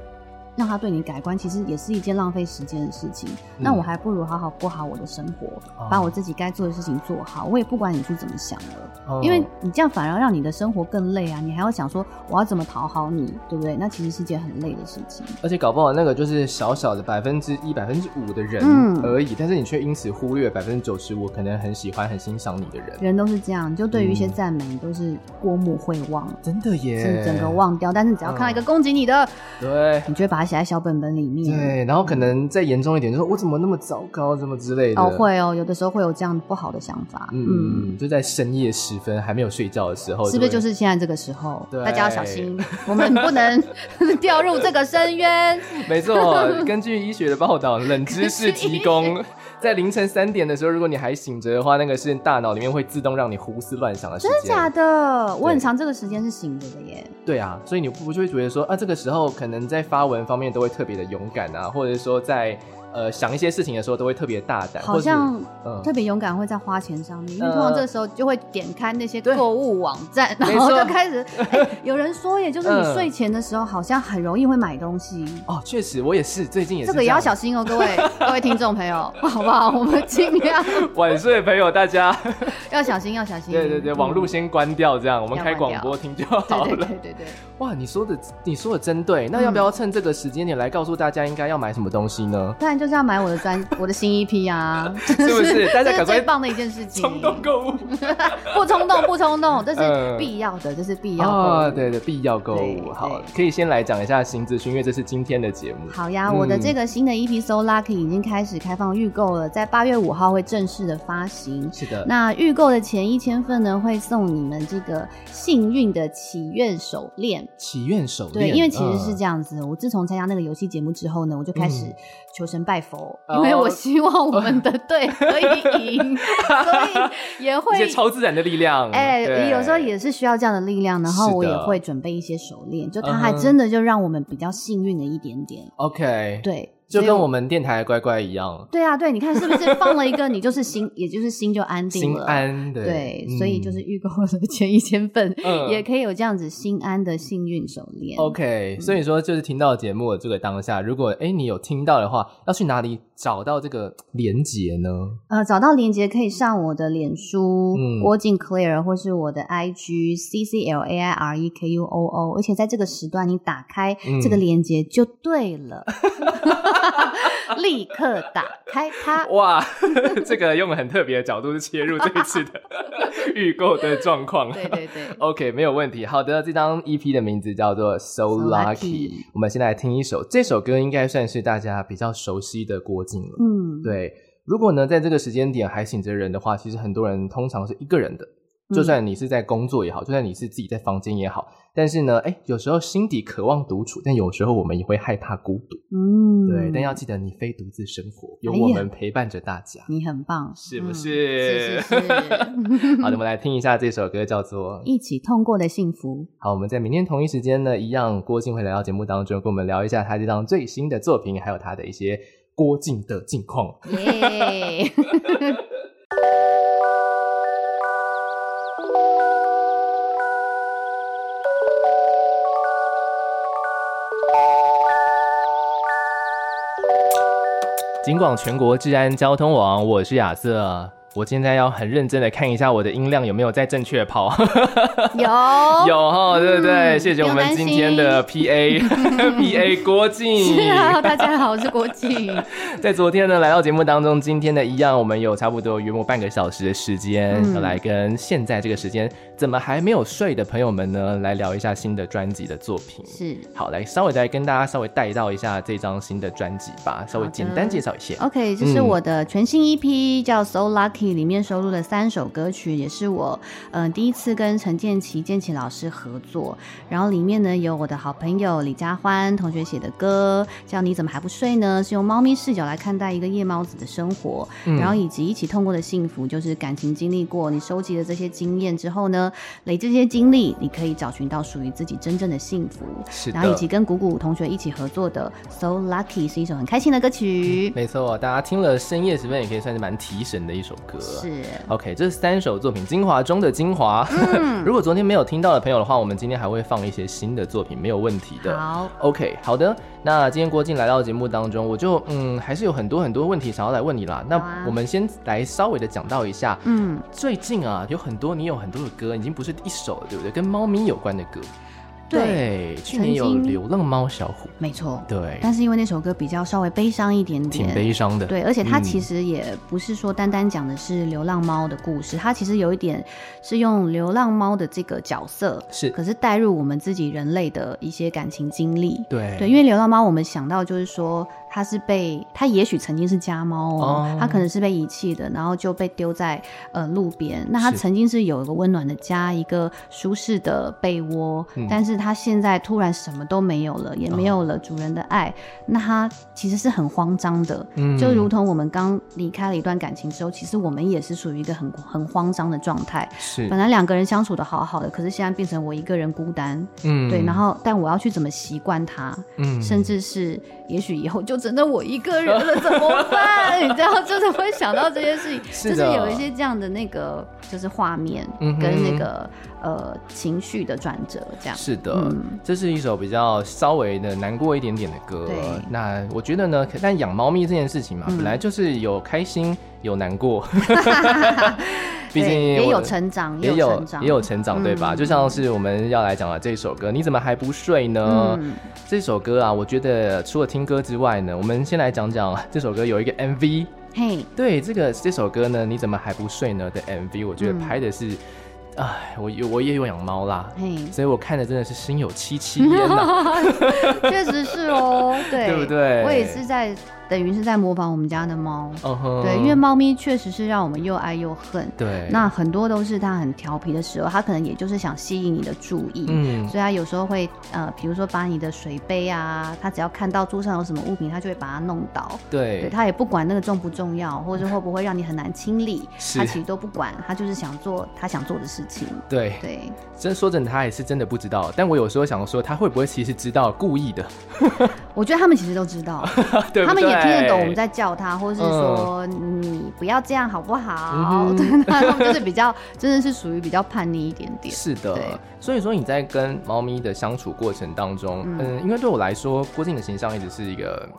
S2: 让他对你改观，其实也是一件浪费时间的事情。那我还不如好好过好我的生活，
S1: 嗯哦
S2: 把我自己该做的事情做好。我也不管你去怎么想了，
S1: 嗯
S2: 因为你这样反而让你的生活更累啊！你还要想说我要怎么讨好你，对不对？那其实是件很累的事情。
S1: 而且搞不好那个就是小小的百分之一、百分之五的人
S2: 嗯
S1: 而已，但是你却因此忽略百分之九十五可能很喜欢、很欣赏你的人，
S2: 人都是这样，就对于一些
S1: 嗯
S2: 赞美你都是过目会忘，
S1: 真的耶，
S2: 是整个忘掉。但是只要看到一个攻击你的，
S1: 对。
S2: 你就会把它写在小本本里面。
S1: 对，然后可能再严重一点，就是我怎么那么糟糕，怎么之类的。
S2: 哦，会哦，有的时候会有这样不好的想法，嗯，
S1: 嗯，就在深夜时分还没有睡觉的时候，
S2: 是不
S1: 会
S2: 是就是现在这个时候？
S1: 对
S2: 大家要小心，我们不能 [LAUGHS] 掉入这个深渊。
S1: 没错，根据医学的报道，冷知识提
S2: 根 [LAUGHS]
S1: 供，在凌晨三点的时候，如果你还醒着的话，那个是大脑里面会自动让你胡思乱想的时
S2: 真的
S1: 间。
S2: 假的？我很
S1: 对
S2: 长这个时间是醒着的耶。
S1: 对啊，所以你不就会觉得说啊，这个时候可能在发文方面都会特别的勇敢啊，或者说在呃想一些事情的时候都会特别大胆，
S2: 好像
S1: 或者
S2: 特
S1: 是嗯。
S2: 别勇敢会在花钱上面，因为通常
S1: 呃
S2: 这个时候就会点开那些
S1: 对
S2: 购物网站，
S1: 没
S2: 然后
S1: 错
S2: 就
S1: [LAUGHS]
S2: 开始。哎，有人说，也就是你
S1: 嗯
S2: 睡前的时候，好像很容易会买东西。
S1: 哦，确实，我也是，最近也是
S2: 这个也要
S1: 样
S2: 小心哦，各位 [LAUGHS] 各位听众朋友，好不好？我们尽量
S1: 晚睡的朋友，大家
S2: 要小心，要小心。
S1: 对对对，
S2: 嗯
S1: 网络先关掉，这样我们
S2: 要
S1: 开
S2: 关
S1: 广
S2: 掉
S1: 播听就好了。
S2: 对对嗯对对对。
S1: 哇，你说的你说的真对，那要不要趁这个时间点来告诉大家应该要买什么东西呢？
S2: 当然就是要买我的专我的新 EP 啊，是
S1: 不是
S2: [LAUGHS]
S1: 大家
S2: 这
S1: 赶
S2: 是
S1: 快
S2: 最棒的一件事情，
S1: 冲动购物
S2: [LAUGHS] 不冲动不冲动，这
S1: 嗯
S2: 是必要的，这是必要
S1: 啊，
S2: 的。
S1: 对对，必要购物。
S2: 对
S1: 好，
S2: 对
S1: 可以先来讲一下新资讯，因为这是今天的节目。
S2: 好呀，我的这个新的 EP So Lucky 已经开始开放预购了，在八月五号会正式的发行。
S1: 是的，
S2: 那预购的前一千份呢，会送你们这个幸运的祈愿手链。
S1: 祈愿手
S2: 对，
S1: 链，
S2: 因为其实是
S1: 嗯
S2: 这样子，我自从参加那个游戏节目之后呢，我就开始
S1: 嗯
S2: 求神拜佛，
S1: 哦
S2: 因为我希望我们
S1: [LAUGHS]
S2: 的队可以赢，所以也会
S1: 一些超自然的力量。
S2: 哎、
S1: 对
S2: 有时候也是需要这样的力量，然后
S1: 是的
S2: 我也会准备一些手链，就它还
S1: 嗯哼
S2: 真的就让我们比较幸运了一点点。
S1: OK，
S2: 对，
S1: 就
S2: 所以
S1: 跟我们电台的乖乖一样，
S2: 对啊，对，你看是不是放了一个，你就是心，也就是心就安定
S1: 心
S2: 了。
S1: 安的。
S2: 对，
S1: 嗯
S2: 所以就是预购的前一千份、
S1: 嗯
S2: 也可以有这样子心安的幸运手链。
S1: OK，所
S2: 嗯
S1: 以说就是听到节目的这个当下，如果哎你有听到的话，要去哪里找到这个连接呢？
S2: 呃，找到链接可以上我的脸书、
S1: 嗯
S2: 郭靖 Clear 或是我的 IG C C L A I R E K U O O，而且在这个时段你打开这个
S1: 嗯
S2: 链接就对
S1: [LAUGHS]
S2: 了，立刻打开它。
S1: 哇， [LAUGHS] 这个用很特别的角度去切入这一次
S2: [LAUGHS]
S1: 的预购的状况。
S2: 对对对，
S1: [LAUGHS] OK，没有问题。好的，这张 EP 的名字叫做《So Lucky》。
S2: Lucky
S1: 我们先来听一首，这首歌应该算是大家比较熟悉的郭靖了。
S2: 嗯，
S1: 对，如果呢在这个时间点还醒着人的话，其实很多人通常是一个人的，
S2: 嗯
S1: 就算你是在工作也好，就算你是自己在房间也好，但是呢，哎，有时候心底渴望独处，但有时候我们也会害怕孤独。
S2: 嗯，
S1: 对，但要记得你非独自生活，有
S2: 哎呀
S1: 我们陪伴着大
S2: [LAUGHS]
S1: 家。
S2: 你很棒，
S1: 是不
S2: 嗯
S1: 是？
S2: 是是是
S1: 好的，我们来听一下这首歌，叫做《
S2: 一起痛过的幸福。
S1: 好》。我们在明天同一时间呢，一样郭靖会来到节目当中，跟我们聊一下他这张最新的作品，还有他的一些郭靖的近况。
S2: 耶、 [LAUGHS]
S1: 尽管全国治安交通网，我是亚瑟。我现在要很认真的看一下我的音量有没有在正确跑，
S2: [LAUGHS] 有
S1: 有 [LAUGHS] 哦，对不对？
S2: 嗯
S1: 谢谢我
S2: 不用
S1: 们
S2: 担
S1: 今
S2: 心嗯
S1: 天的
S2: [LAUGHS]
S1: PA PA 郭靖。
S2: 是啊，大家好，我是国际。
S1: 在昨天呢，来到节目当中，今天呢一样，我们有差不多约莫半个小时的时间，
S2: 嗯
S1: 要来跟现在这个时间怎么还没有睡的朋友们呢，来聊一下新的专辑的作品。
S2: 是
S1: 好，来稍微来跟大家稍微带到一下这张新的专辑吧，稍微
S2: 好的
S1: 简单介绍一下。
S2: OK，这是
S1: 嗯
S2: 我的全新 EP，、叫《So Lucky》，里面收录了三首歌曲，也是我呃第一次跟陈建奇建奇老师合作。然后里面呢有我的好朋友李佳欢同学写的歌，叫《你怎么还不睡呢》，是用猫咪视角来看待一个夜猫子的生活。
S1: 嗯
S2: 然后以及一起痛过的幸福，就是感情经历过，你收集了这些经验之后呢，累积这些经历，你可以找寻到属于自己真正的幸福。
S1: 是
S2: 然后以
S1: 的
S2: 及。跟谷谷同学一起合作的《So Lucky》是一首很开心的歌曲。
S1: 嗯没错，大家听了深夜时分也可以算是蛮提神的一首歌。
S2: 是，
S1: OK，这三首作品精华中的精华。[LAUGHS]
S2: 嗯
S1: 如果昨天没有听到的朋友的话，我们今天还会放一些新的作品，没有问题的。
S2: 好，
S1: OK，好的。那今天郭靖来到节目当中，我就嗯，还是有很多很多问题想要来问你啦。
S2: 好啊
S1: 那我们先来稍微的讲到一下，
S2: 嗯，
S1: 最近啊，有很多你有很多的歌，已经不是一首了，对不对？跟猫咪有关的歌。
S2: 对，
S1: 对去年有
S2: 曾
S1: 《
S2: 经
S1: 流浪猫小虎
S2: 没错》，。
S1: 对，
S2: 但是因为那首歌比较稍微悲伤一点
S1: 挺
S2: 点。
S1: 悲伤的。
S2: 对，而且它
S1: 嗯
S2: 其实也不是说单单讲的是流浪猫的故事，它其实有一点是用流浪猫的这个角色，
S1: 是，
S2: 可是带入我们自己人类的一些感情经历。
S1: 对，
S2: 对，因为流浪猫，我们想到就是说，它是被它也许曾经是家猫
S1: 哦
S2: 哦，它可能是被遗弃的，然后就被丢在呃路边。那它
S1: 是
S2: 曾经是有一个温暖的家，一个舒适的被窝
S1: 嗯，哦
S2: 但是它现在突然什么都没有了，也没有了主人的爱，那它其实是很慌张的。
S1: 嗯
S2: 就如同我们刚离开了一段感情之后，其实我们也是属于一个很很慌张的状态。
S1: 是
S2: 本来两个人相处的好好的，可是现在变成我一个人孤单，
S1: 嗯
S2: 对，然后但我要去怎么习惯它？
S1: 嗯
S2: 甚至是也许以后就只能我一个人了，怎么办？你 [LAUGHS] 知道，就是会想到这些事情，
S1: 是
S2: 就
S1: 的
S2: 是有一些这样的那个就是画面
S1: 嗯哼
S2: 跟那个、呃情绪的转折，这样
S1: 是的，
S2: 嗯
S1: 这是一首比较稍微的难过一点点的歌
S2: 对。
S1: 那我觉得呢，可但养猫咪这件事情嘛，
S2: 嗯
S1: 本来就是有开心有难
S2: [LAUGHS]
S1: 过，毕
S2: 对
S1: 竟
S2: 也
S1: 我
S2: 有成长，
S1: 也
S2: 有
S1: 有
S2: 成长，
S1: 也有成长，对吧？
S2: 嗯
S1: 就像是我们要来讲的这首歌，你怎么还不睡呢？
S2: 嗯，
S1: 这首歌啊，我觉得除了听歌之外呢，我们先来讲讲这首歌有一个 MV。
S2: 嘿，
S1: 对这个这首歌呢，你怎么还不睡呢的 MV，我觉得
S2: 嗯
S1: 拍的是，哎、我有我也有养猫啦，
S2: 嘿，
S1: 所以我看的真的是心有戚戚焉呐、
S2: [LAUGHS] 确实是哦，
S1: [LAUGHS]
S2: 对，
S1: 对不对
S2: 我也是在等于是在模仿我们家的猫，
S1: 嗯哼，
S2: 对，因为猫咪确实是让我们又爱又恨，
S1: 对
S2: 那很多都是它很调皮的时候，它可能也就是想吸引你的注意，
S1: 嗯
S2: 所以它有时候会呃，比如说把你的水杯啊，它只要看到桌上有什么物品，它就会把它弄倒，对，
S1: 对
S2: 它也不管那个重不重要，或者是会不会让你很难清理，
S1: 是
S2: 它其实都不管，它就是想做它想做的事情，
S1: 对，
S2: 对，
S1: 真说真的，他也是真的不知道。但我有时候想说，他会不会其实知道，故意的， [LAUGHS]
S2: 我觉得他们其实都知道，
S1: 对不对？嗯
S2: 他们也听得懂我们在叫他，或是说、你不要这样好不好？
S1: 嗯哼
S2: [LAUGHS] 对，那他们就是比较真的是属于比较叛逆一点点，
S1: 是
S2: 对
S1: 的，所以说你在跟猫咪的相处过程当中，嗯
S2: 嗯，
S1: 因为对我来说，郭靖的形象一直是一个，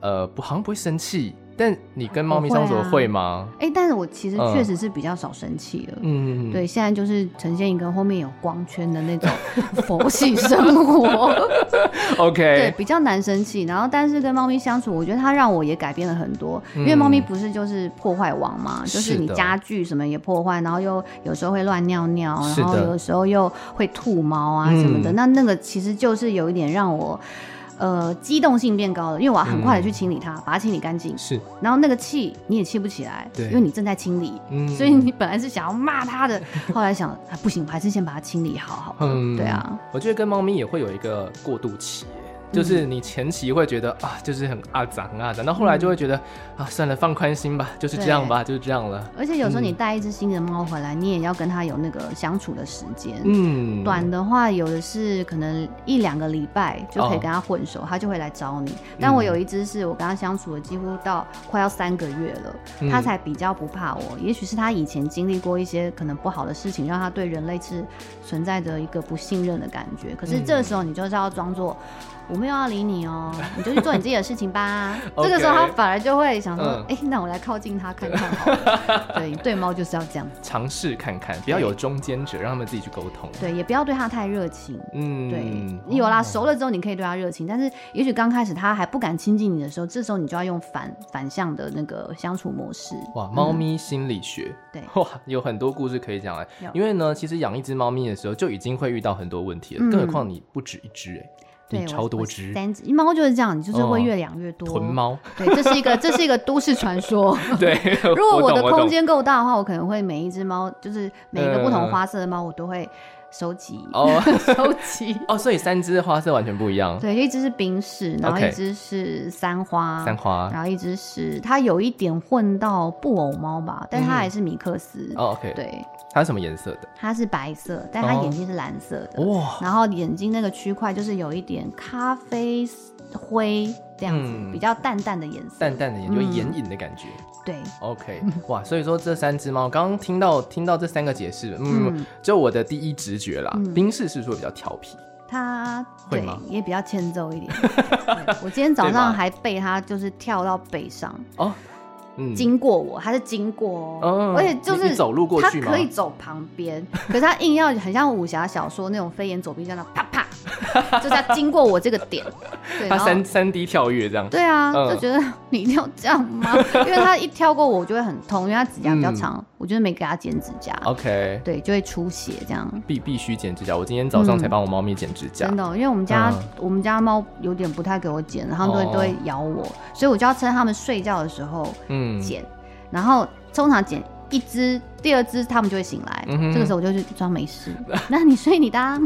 S1: 呃，不好像不会生气，但你跟猫咪相处
S2: 我会啊
S1: 会吗？
S2: 哎、但是我其实
S1: 嗯
S2: 确实是比较少生气了。
S1: 嗯，
S2: 对，现在就是呈现一个后面有光圈的那种 [LAUGHS] 佛系生
S1: [LAUGHS]
S2: 活，对，
S1: ，OK，
S2: 比较难生气。然后，但是跟猫咪相处，我觉得它让我也改变了很多，因为猫咪
S1: 嗯
S2: 不是就是破坏王嘛，就是是你
S1: 的
S2: 家具什么也破坏，然后又有时候会乱尿尿，
S1: 是
S2: 然后
S1: 的
S2: 有时候又会吐毛啊什么的。
S1: 嗯
S2: 那那个其实就是有一点让我。呃，机动性变高了，因为我要很
S1: 嗯
S2: 快的去清理它，把它清理干净，
S1: 是，
S2: 然后那个气你也气不起来，
S1: 对
S2: 因为你正在清理，
S1: 嗯
S2: 所以你本来是想要骂
S1: [LAUGHS]
S2: 他的，后来想啊不行，我还是先把它清理好好了。
S1: 嗯
S2: 对啊，，
S1: 我觉得跟猫咪也会有一个过渡期耶。就是
S2: 嗯
S1: 你前期会觉得啊，就是很啊长啊长，到后来就会觉得、啊，
S2: 嗯
S1: 算了，放宽心吧，就是这样吧，就是这样了。
S2: 而且有时候你
S1: 嗯
S2: 带一只新的猫回来，你也要跟它有那个相处的时间。
S1: 嗯，
S2: 短的话，有的是可能一两个礼拜就可以
S1: 哦
S2: 跟它混熟，它就会来找你。但我有一只是我跟它相处了几乎到快要三个月了，
S1: 嗯
S2: 它才比较不怕我。也许是它以前经历过一些可能不好的事情，让它
S1: 嗯
S2: 对人类是存在着一个不信任的感觉。可是这时候你就是要装作。我没有要理你
S1: [LAUGHS]
S2: 哦，你就去做你自己的事情吧。
S1: OK
S2: 这个时候他反而就会想说
S1: 嗯，
S2: 哎、那我来靠近他看看好
S1: [LAUGHS]
S2: 了。对，对猫就是要这样，
S1: 尝试看看，不要有中间者，让他们自己去沟通。，
S2: 对，也不要对它太热情。
S1: 嗯，
S2: 对，有啦，熟
S1: 了，
S2: 了之后你可以对它热情，但是也许刚开始它还不敢亲近你的时候，这时候你就要用反反向的那个相处模式。
S1: 哇，猫
S2: 嗯
S1: 咪心理学。
S2: 对
S1: 哇，有很多故事可以讲哎
S2: 有，
S1: 因为呢，其实养一只猫咪的时候就已经会遇到很多问题了，
S2: 嗯
S1: 更何况你不止一只哎，
S2: 对，
S1: 你
S2: 我
S1: 超多
S2: 我
S1: 只
S2: 三只猫就是这样，你就是
S1: 哦
S2: 会越养越多。
S1: 囤，
S2: [LAUGHS]
S1: 猫，
S2: 对，这是一个这是一个都市传说。
S1: [LAUGHS] 对，如
S2: 如果我的空间够大的话，我可能会每一只猫，就是每一个不同花色的猫，我都会收集，
S1: 嗯哦
S2: [LAUGHS] 收集。
S1: 哦，所以三只花色完全不一样，
S2: 对，一只是冰室，然后
S1: OK
S2: 一只是三花，
S1: 三花
S2: 然后一只是它有一点混到布偶猫吧，但它
S1: 嗯
S2: 还是米克斯。
S1: 哦，OK，
S2: 对，
S1: 它是什么颜色的？
S2: 它是白色，但它
S1: 哦
S2: 眼睛是蓝色的。
S1: 哇，
S2: 然后眼睛那个区块就是有一点咖啡灰这样子，
S1: 嗯
S2: 比较淡淡的颜色。
S1: 淡淡的眼，有
S2: 嗯
S1: 眼影的感觉。
S2: 对，
S1: OK，哇，所以说这三只猫，刚刚听到听到这三个解释，嗯，
S2: 嗯
S1: 就我的第一直觉啦，
S2: 嗯
S1: 冰室是说比较调皮，
S2: 它
S1: 会
S2: 对
S1: 吗
S2: 也比较欠
S1: [LAUGHS]
S2: 揍一点。对我今天早
S1: 对吧
S2: 上还被它就是跳到背上，
S1: 哦，嗯，
S2: 经过我，它是经过哦，
S1: 嗯
S2: 而且就
S1: 你
S2: 是
S1: 你走路过去吗
S2: 它可以走旁边，可是它硬要很像武侠小说那种飞檐走壁这样的啪啪， [LAUGHS] 就是它经过我这个点。对，
S1: [LAUGHS] 它
S2: 然后。
S1: 三三 D 跳跃这样，
S2: 哦对啊，
S1: 嗯
S2: 就觉得你一定要这
S1: [LAUGHS]
S2: 样吗？因为他一挑过我，我就会很痛，因为他指甲比较长，
S1: 嗯
S2: 我就是没给他剪指甲，
S1: 哦，OK，
S2: 啊对，就会出血这样。
S1: 必必须剪指甲，我今天早上才帮我猫咪剪指甲，
S2: 嗯真的哦，因为我们家、
S1: 啊嗯
S2: 我们家猫有点不太给我剪，它们都会、
S1: 哦
S2: 都会咬我，所以我就要趁它们睡觉的时候
S1: 嗯，
S2: 剪，然后通常剪一只，第二只它们就会醒来，
S1: 嗯哼
S2: 这个时候我就去装
S1: [LAUGHS]
S2: 没事，那你睡你的、啊，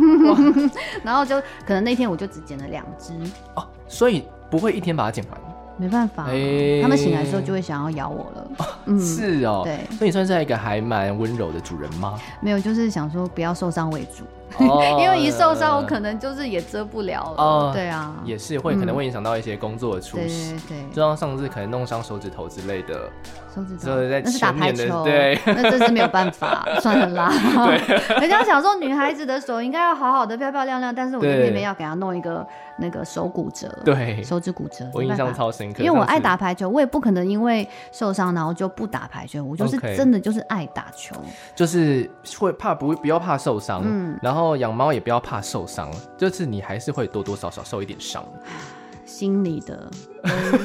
S2: [LAUGHS] 然后就可能那天我就只剪了两只，
S1: 哦，所以不会一天把它剪完，
S2: 没办法，啊
S1: 哎
S2: 它们醒来之后就会想要咬我了，嗯
S1: 是哦，
S2: 对
S1: 所以你算是一个还蛮温柔的主人吗？
S2: 没有，就是想说不要受伤为主，
S1: 哦
S2: [LAUGHS] 因为一受伤我可能就是也遮不了了。
S1: 哦
S2: 对啊，
S1: 也是会可能会影响到一些工作的出
S2: 对
S1: 席
S2: 对。对
S1: 就像上次可能弄伤手指头之类的， [LAUGHS]
S2: 手指头
S1: 就是在
S2: 那是打
S1: 前
S2: 排
S1: 面的
S2: 球，
S1: 对
S2: 那真是没有办法，算了啦。人家想说女孩子的手应该要好好的、漂漂亮亮，但是我就
S1: 对
S2: 偏偏要给她弄一个那个手骨折，，
S1: 对，
S2: 手指骨折，
S1: 我印
S2: 没办
S1: 象
S2: 法
S1: 超深刻，
S2: 因为我
S1: 上次
S2: 爱打排球，我也不可能因为受伤然后就不打排球，我就是
S1: OK
S2: 真的就是爱打球。
S1: 就是会怕不不要怕受伤，
S2: 嗯
S1: 然后养猫也不要怕受伤，就是你还是会多多少少受一点伤。
S2: 心理的、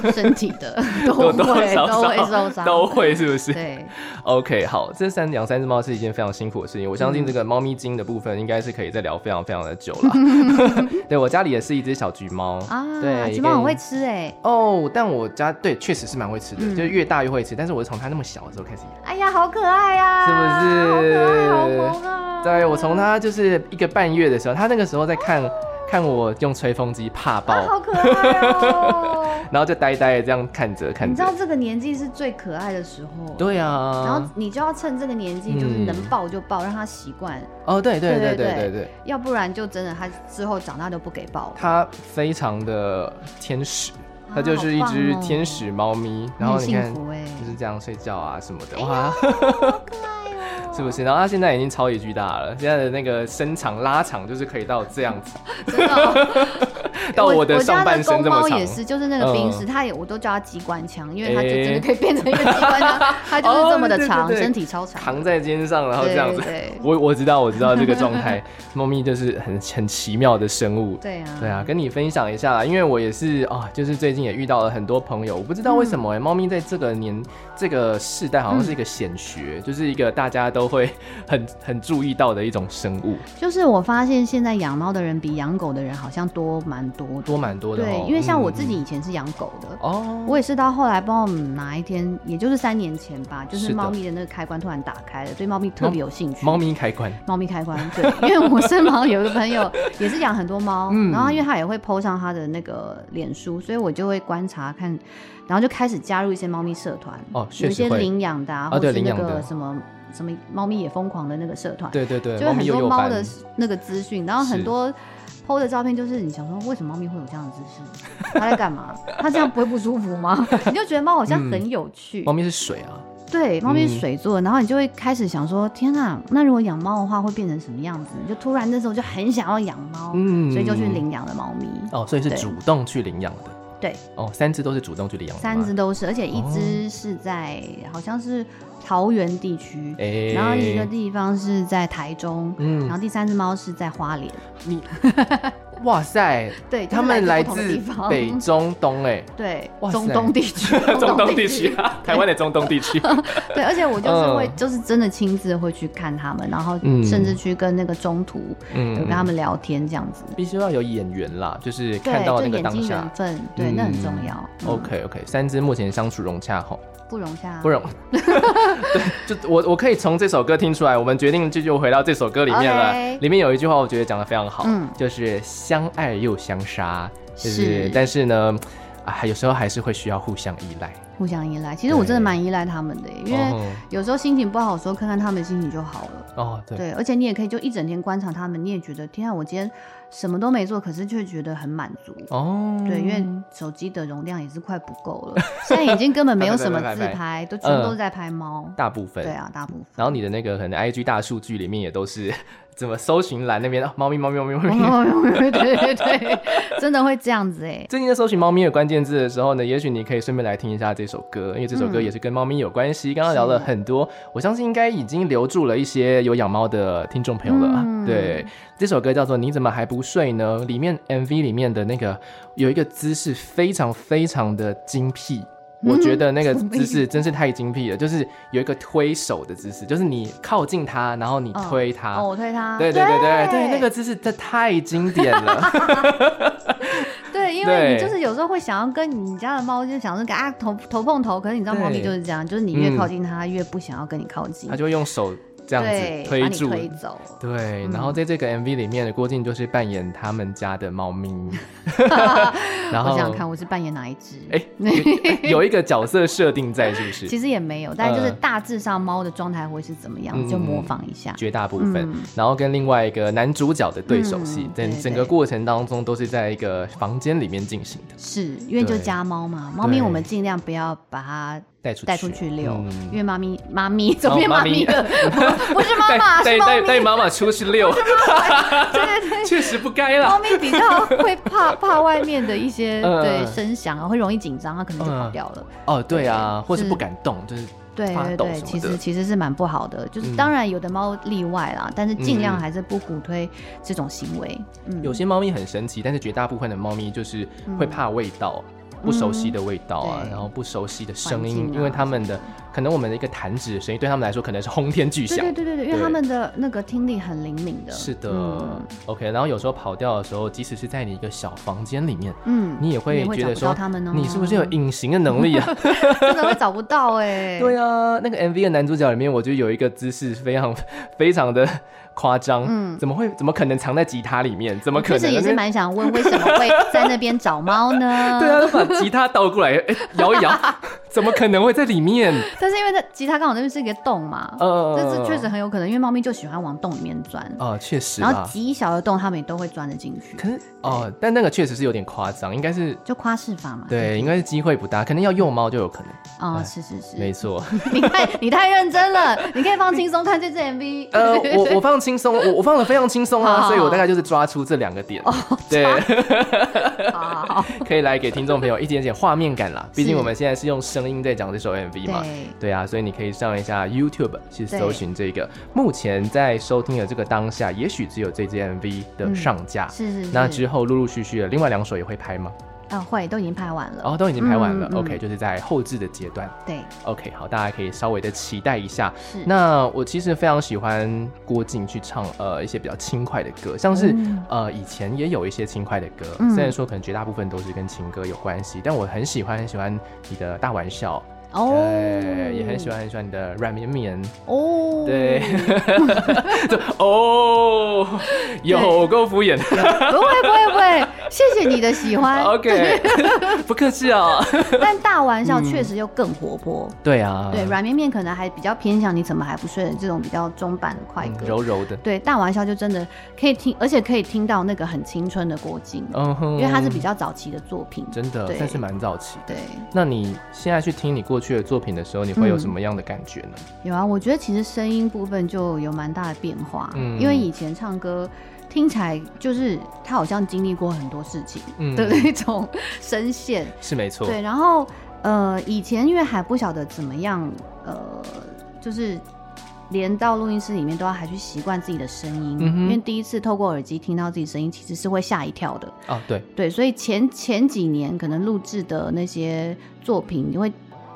S2: 跟身体的 [LAUGHS] [LAUGHS] 都
S1: 多
S2: 会
S1: 多少少
S2: [LAUGHS] 都会受伤，
S1: 都会是不是 [LAUGHS]
S2: 对，
S1: ？OK，好，这三养三只猫是一件非常辛苦的事情，我相
S2: 嗯
S1: 信这个猫咪精的部分应该是可以再聊非常非常的久
S2: [LAUGHS]
S1: 了。 [LAUGHS] 对我家里也是一只小橘猫
S2: 啊，
S1: 对，
S2: 橘猫很
S1: 跟
S2: 会吃哎、
S1: 哦，但我家对确实是蛮会吃的，
S2: 嗯
S1: 就是越大越会吃，但是我是从它那么小的时候开始养。
S2: 哎呀，好可爱呀、
S1: 是不是
S2: 好可爱，好萌啊！
S1: 对，我从他就是一个半月的时候，他那个时候在看看我用吹风机怕爆，
S2: 啊，好可爱
S1: [LAUGHS]！
S2: 哦
S1: 然后就呆呆的这样看着
S2: 你
S1: 看
S2: 知
S1: 着
S2: 道。这个年纪是最可爱的时候，。
S1: 对
S2: 然后
S1: 啊，
S2: 你就要趁这个年纪，就是
S1: 嗯
S2: 能抱就抱，让他习惯，
S1: 哦，对对对
S2: 对
S1: 对
S2: 对对
S1: 对对，
S2: 要不然就真的他之后长大就不给抱了。
S1: 它非常的天使，它就是一
S2: 啊好棒
S1: 只
S2: 哦
S1: 天使猫咪。然后
S2: 很
S1: 你
S2: 幸
S1: 看，
S2: 福哎、
S1: 就是这样睡觉啊什么的，哇，
S2: 哦
S1: [LAUGHS] 是不是？然后它现在已经超级巨大了，现在的那个身长拉长就是可以到这样子，
S2: 真的哦、
S1: [LAUGHS] 到
S2: 我
S1: 我的上半身这
S2: 我家的
S1: 么
S2: 公猫
S1: 长
S2: 也。是，就是那个冰室，
S1: 嗯
S2: 它也我都叫它机关枪，因为它就
S1: 诶
S2: 真的可以变成一个机关枪，它就是这么的
S1: 哦
S2: 长，
S1: 对对对
S2: 身体超长。
S1: 扛在肩上，然后这样子
S2: 对对对，
S1: [LAUGHS] 我我知道我知道这个状
S2: [LAUGHS]
S1: 态，猫咪就是很很奇妙的生物。
S2: 对啊，
S1: 对啊，跟你分享一下啦，因为我也是啊、就是最近也遇到了很多朋友，我不知道为
S2: 嗯
S1: 什么哎、猫咪在这个年这个世代好像是一个显学，就是一个大家都会很很注意到的一种生物，
S2: 就是我发现现在养猫的人比养狗的人好像多蛮多的。嗯
S1: 多蛮多的哦
S2: 对，因为像我
S1: 嗯
S2: 自己以前是养狗的，
S1: 哦，
S2: 我也是到后来不知道哪一天，也就是三年前吧，就是是
S1: 的
S2: 猫咪的那个开关突然打开了，对猫咪特别有兴趣。
S1: 猫咪开关
S2: 猫咪开关，对， [LAUGHS] 因为我身旁有一个朋 [LAUGHS] 友也是养很多猫，
S1: 嗯
S2: 然后因为他也会 PO 上他的那个脸书，所以我就会观察看，然后就开始加入一些猫咪社团，
S1: 哦确
S2: 有一
S1: 实
S2: 些
S1: 会
S2: 领养的啊，
S1: 啊
S2: 或
S1: 对
S2: 者是那
S1: 领养的
S2: 个什么什么猫咪也疯狂的那个社团，
S1: 对对对，
S2: 就有
S1: 咪
S2: 很
S1: 幼
S2: 多
S1: 幼
S2: 猫
S1: 班
S2: 的那个资讯，然后
S1: 是
S2: 很多 PO 的照片，就是你想说为什么猫咪会有这样的姿势？ [LAUGHS] 它在干嘛？它这样不会不舒服吗？你就觉得猫好像很有趣
S1: 嗯猫。咪是水啊，
S2: 对，猫咪
S1: 嗯
S2: 是水做的，然后你就会开始想说，天啊，那如果养猫的话会变成什么样子？就突然那时候就很想要养猫，
S1: 嗯
S2: 所以就去领养了猫咪。
S1: 哦，所以是
S2: 对
S1: 主动去领养的。
S2: 对，
S1: 哦，三只都是主动去领养的吗。
S2: 三只都是，而且一
S1: 哦
S2: 只是在、好像是桃园地区，
S1: 哎，
S2: 然后一个地方是在台中，然
S1: 嗯，
S2: 后第三只猫是在花莲。
S1: 你哇塞，
S2: 对，就是
S1: 他们来
S2: 不同的
S1: 自
S2: 地方嗯
S1: 北中东哎，
S2: 对
S1: 哇塞，
S2: [LAUGHS] 中东地区
S1: [LAUGHS] 中东地区
S2: [LAUGHS]
S1: 啊，台湾的中东地区。
S2: 对，而且我就是会，
S1: 嗯
S2: 就是真的亲自会去看他们，然后
S1: 嗯
S2: 甚至去跟那个中途
S1: 嗯
S2: 有跟他们聊天这样子。
S1: 必须要有眼缘啦，就是
S2: 对，
S1: 看到
S2: 就
S1: 那个
S2: 眼
S1: 当
S2: 睛
S1: 下
S2: 缘。分，对，
S1: 嗯
S2: 那很重要。嗯
S1: OK OK，三只目前相处融洽吼，
S2: 不容下， [LAUGHS]
S1: 不容。对，就我我可以从这首歌听出来，我们决定这就回到这首歌里面了
S2: OK。
S1: 里面有一句话，我觉得讲的非常好，
S2: 嗯
S1: 就是相爱又相杀，就是
S2: 是
S1: 但是呢，啊，有时候还是会需要互相依赖。
S2: 互相依赖。其实我真的蛮依赖他们的耶，因为
S1: 哦
S2: 有时候心情不好的时候，看看他们心情就好了。
S1: 哦，对，
S2: 对，而且你也可以就一整天观察他们，你也觉得天啊，我今天什么都没做，可是却觉得很满足。
S1: 哦，
S2: 对，因为手机的容量也是快不够了，现在已经根
S1: [LAUGHS]
S2: 本没有什么自拍，都全部都是在拍猫。
S1: 大部分
S2: 对啊，大部分。
S1: 嗯然后
S2: [LAUGHS]
S1: 你的那个可能 IG 大数据里面也都是 [LAUGHS] 怎么搜寻栏那边啊，猫咪猫咪猫咪猫咪。
S2: 哦对对对，真的会这样
S1: [LAUGHS]
S2: 子哎、
S1: 最近在搜寻猫咪的关键字的时候呢，也许你可以顺便来听一下这首歌，因为这首歌
S2: 嗯
S1: 也是跟猫咪有关系。刚刚聊了很多，我相信应该已经留住了一些有养猫的听众朋友了。啊
S2: 嗯
S1: 对，这首歌叫做《你怎么还不睡呢》，里面 MV 里面的那个有一个姿势非常非常的精辟。我觉得那个
S2: 嗯什么意
S1: 姿
S2: 思
S1: 势真是太精辟了，就是有一个推手的姿势，就是你靠近它，然后你
S2: 哦
S1: 推它，
S2: 哦，我推他，
S1: 对对对对对，那个姿势它太经典了。
S2: 对，因为
S1: 对
S2: 你就是有时候会想要跟你家的猫，就想说跟啊头头碰头，可是你知道
S1: 对
S2: 猫咪就是这样，就是你
S1: 嗯
S2: 越靠近它，越不想要跟你靠近，
S1: 他就会用手这样
S2: 对
S1: 子推
S2: 把你
S1: 住。
S2: 推走。
S1: 对，
S2: 嗯
S1: 然后在这个 MV 里面的郭靖就是扮演他们家的猫
S2: [LAUGHS]
S1: 咪，然
S2: 我
S1: 后
S2: 想想看，我是扮演哪一只？
S1: 哎、有有一个角色设定在，是不是？
S2: [LAUGHS] 其实也没有，但就是
S1: 嗯
S2: 大致上猫的状态会是怎么样，
S1: 嗯
S2: 就模仿一下。
S1: 绝大部分，
S2: 嗯
S1: 然后跟另外一个男主角的对手戏，
S2: 嗯
S1: 整
S2: 对
S1: 整
S2: 对
S1: 个过程当中都是在一个房间里面进行的，
S2: 是因为就
S1: 对
S2: 家猫嘛，猫咪
S1: 对
S2: 我们尽量不要把它
S1: 带出去
S2: 带出去遛，
S1: 嗯哦
S2: 因为妈咪妈咪怎么变
S1: 妈
S2: 妈
S1: 咪 [LAUGHS]
S2: 咪了？不是妈妈，
S1: 带带
S2: 是猫
S1: 带
S2: 咪。
S1: 带妈妈出去
S2: [LAUGHS]
S1: 遛，
S2: 对对对，
S1: 确实不该
S2: 猫
S1: 啦。
S2: 咪比较会怕怕外面的一些
S1: [LAUGHS] 嗯
S2: 对声响啊，会容易紧张，它可能就跑掉了。
S1: 哦，对啊，
S2: 对
S1: 或是
S2: 是
S1: 不敢动，就是
S2: 对
S1: 发
S2: 对
S1: 抖
S2: 对，
S1: 什么
S2: 其
S1: 的
S2: 实其实是蛮不好的，就是
S1: 嗯
S2: 当然有的猫例外啦，但是
S1: 嗯
S2: 尽
S1: 嗯
S2: 量还是不鼓推这种行为。嗯，
S1: 有些猫咪很神奇，但是绝大部分的猫咪就是会怕味道。不熟悉的味道啊，
S2: 嗯对
S1: 然后不熟悉的声
S2: 环
S1: 音，
S2: 境啊
S1: 因为它们的可能我们的一个弹指的声音，对它们来说可能是轰天巨
S2: 对
S1: 响。
S2: 对对对对，因
S1: 对
S2: 为它们的那个听力很灵敏的。
S1: 是的、
S2: 嗯
S1: o k 然后有时候跑掉的时候，即使是在你一个小房间里面，
S2: 嗯，
S1: 你也会觉得
S2: 找
S1: 说
S2: 不到它们哦，
S1: 你是不是有隐形的能
S2: [LAUGHS]
S1: 力啊？
S2: 真的会找不到哎？
S1: [LAUGHS] 对啊，那个 MV 的男主角里面，我觉得有一个姿势非常 [LAUGHS] 非常的夸张，
S2: 嗯
S1: 怎么会怎么可能藏在吉他里面？怎么可
S2: 其
S1: 能？
S2: 实也是蛮想问，为什么会在那边找猫呢？
S1: [LAUGHS] 对啊，都把吉他倒过来，哎、摇 [LAUGHS] 一摇，怎么可能会在里面？
S2: 但是因为它吉他刚好那边是一个洞嘛，
S1: 呃，
S2: 这是确实很有可能，因为猫咪就喜欢往洞里面钻，
S1: 啊，确、实
S2: 然后
S1: 啊。
S2: 极小的洞它们也都会钻得进去，
S1: 可是哦、但那个确实是有点夸张，应该是
S2: 就夸饰法嘛。
S1: 对，应该是机会不大，可能要幼猫就有可能，
S2: 哦
S1: 哎，
S2: 是是是，
S1: 没错。
S2: 你太 [LAUGHS] 你太认真了，你可以放轻松看这支 MV。
S1: 呃，我我放轻松，啊我我放的非常轻松啊，
S2: 好
S1: 所以我大概就是抓出这两个
S2: [LAUGHS]
S1: 点，对，
S2: [LAUGHS] 好好好，
S1: [LAUGHS] 可以来给听众朋友一点点画面感啦。毕竟
S2: 是
S1: 我们现在是用声音在讲这首 MV 嘛，
S2: 对，
S1: 对啊，所以你可以上一下 YouTube 去搜
S2: 对
S1: 寻这个。目前在收听的这个当下，也许只有这支 MV 的
S2: 嗯
S1: 上架。
S2: 是是是，
S1: 那之后陆陆续续的，另外两首也会拍吗？
S2: 啊会都已经拍完了，
S1: 哦，都已经拍完了。
S2: 嗯嗯
S1: OK，就是在后置的阶段。
S2: 对
S1: OK，好，大家可以稍微的期待一下。
S2: 是。
S1: 那我其实非常喜欢郭靖去唱呃一些比较轻快的歌，像是、
S2: 嗯
S1: 呃以前也有一些轻快的歌，
S2: 嗯
S1: 虽然说可能绝大部分都是跟情歌有关系，但我很喜欢很喜欢你的大玩笑，
S2: 哦
S1: 对，也很喜欢很喜欢你的软绵绵，
S2: 哦，
S1: 对，
S2: [LAUGHS]
S1: [LAUGHS] 就哦，有够敷衍。
S2: 不会不会不会，谢谢你的喜
S1: [LAUGHS]
S2: 欢。
S1: OK，不客气啊。
S2: 但大玩笑
S1: 嗯
S2: 确实又更活泼。
S1: 对啊，
S2: 对，软绵绵可能还比较偏向你怎么还不睡的这种比较中版的快
S1: 嗯
S2: 歌。
S1: 柔柔的，
S2: 对，大玩笑就真的可以听，而且可以听到那个很青春的郭靖，
S1: 嗯哼
S2: 因为它是比较早期的作品。
S1: 真的
S2: 对
S1: 算是蛮早期的。
S2: 对，
S1: 那你现在去听你过过去的作品的时候，你
S2: 嗯
S1: 会有什么样的感觉呢？
S2: 有啊，我觉得其实声音部分就有蛮大的变化，
S1: 嗯
S2: 因为以前唱歌听起来就是他好像经历过很多事情
S1: 嗯
S2: 的那种声线，
S1: 是没错，
S2: 对，然后呃，以前因为还不晓得怎么样，呃，就是连到录音室里面都要还去习惯自己的声音，
S1: 嗯哼
S2: 因为第一次透过耳机听到自己声音，其实是会吓一跳的。
S1: 啊，对，
S2: 对，所以前前几年可能录制的那些作品，你会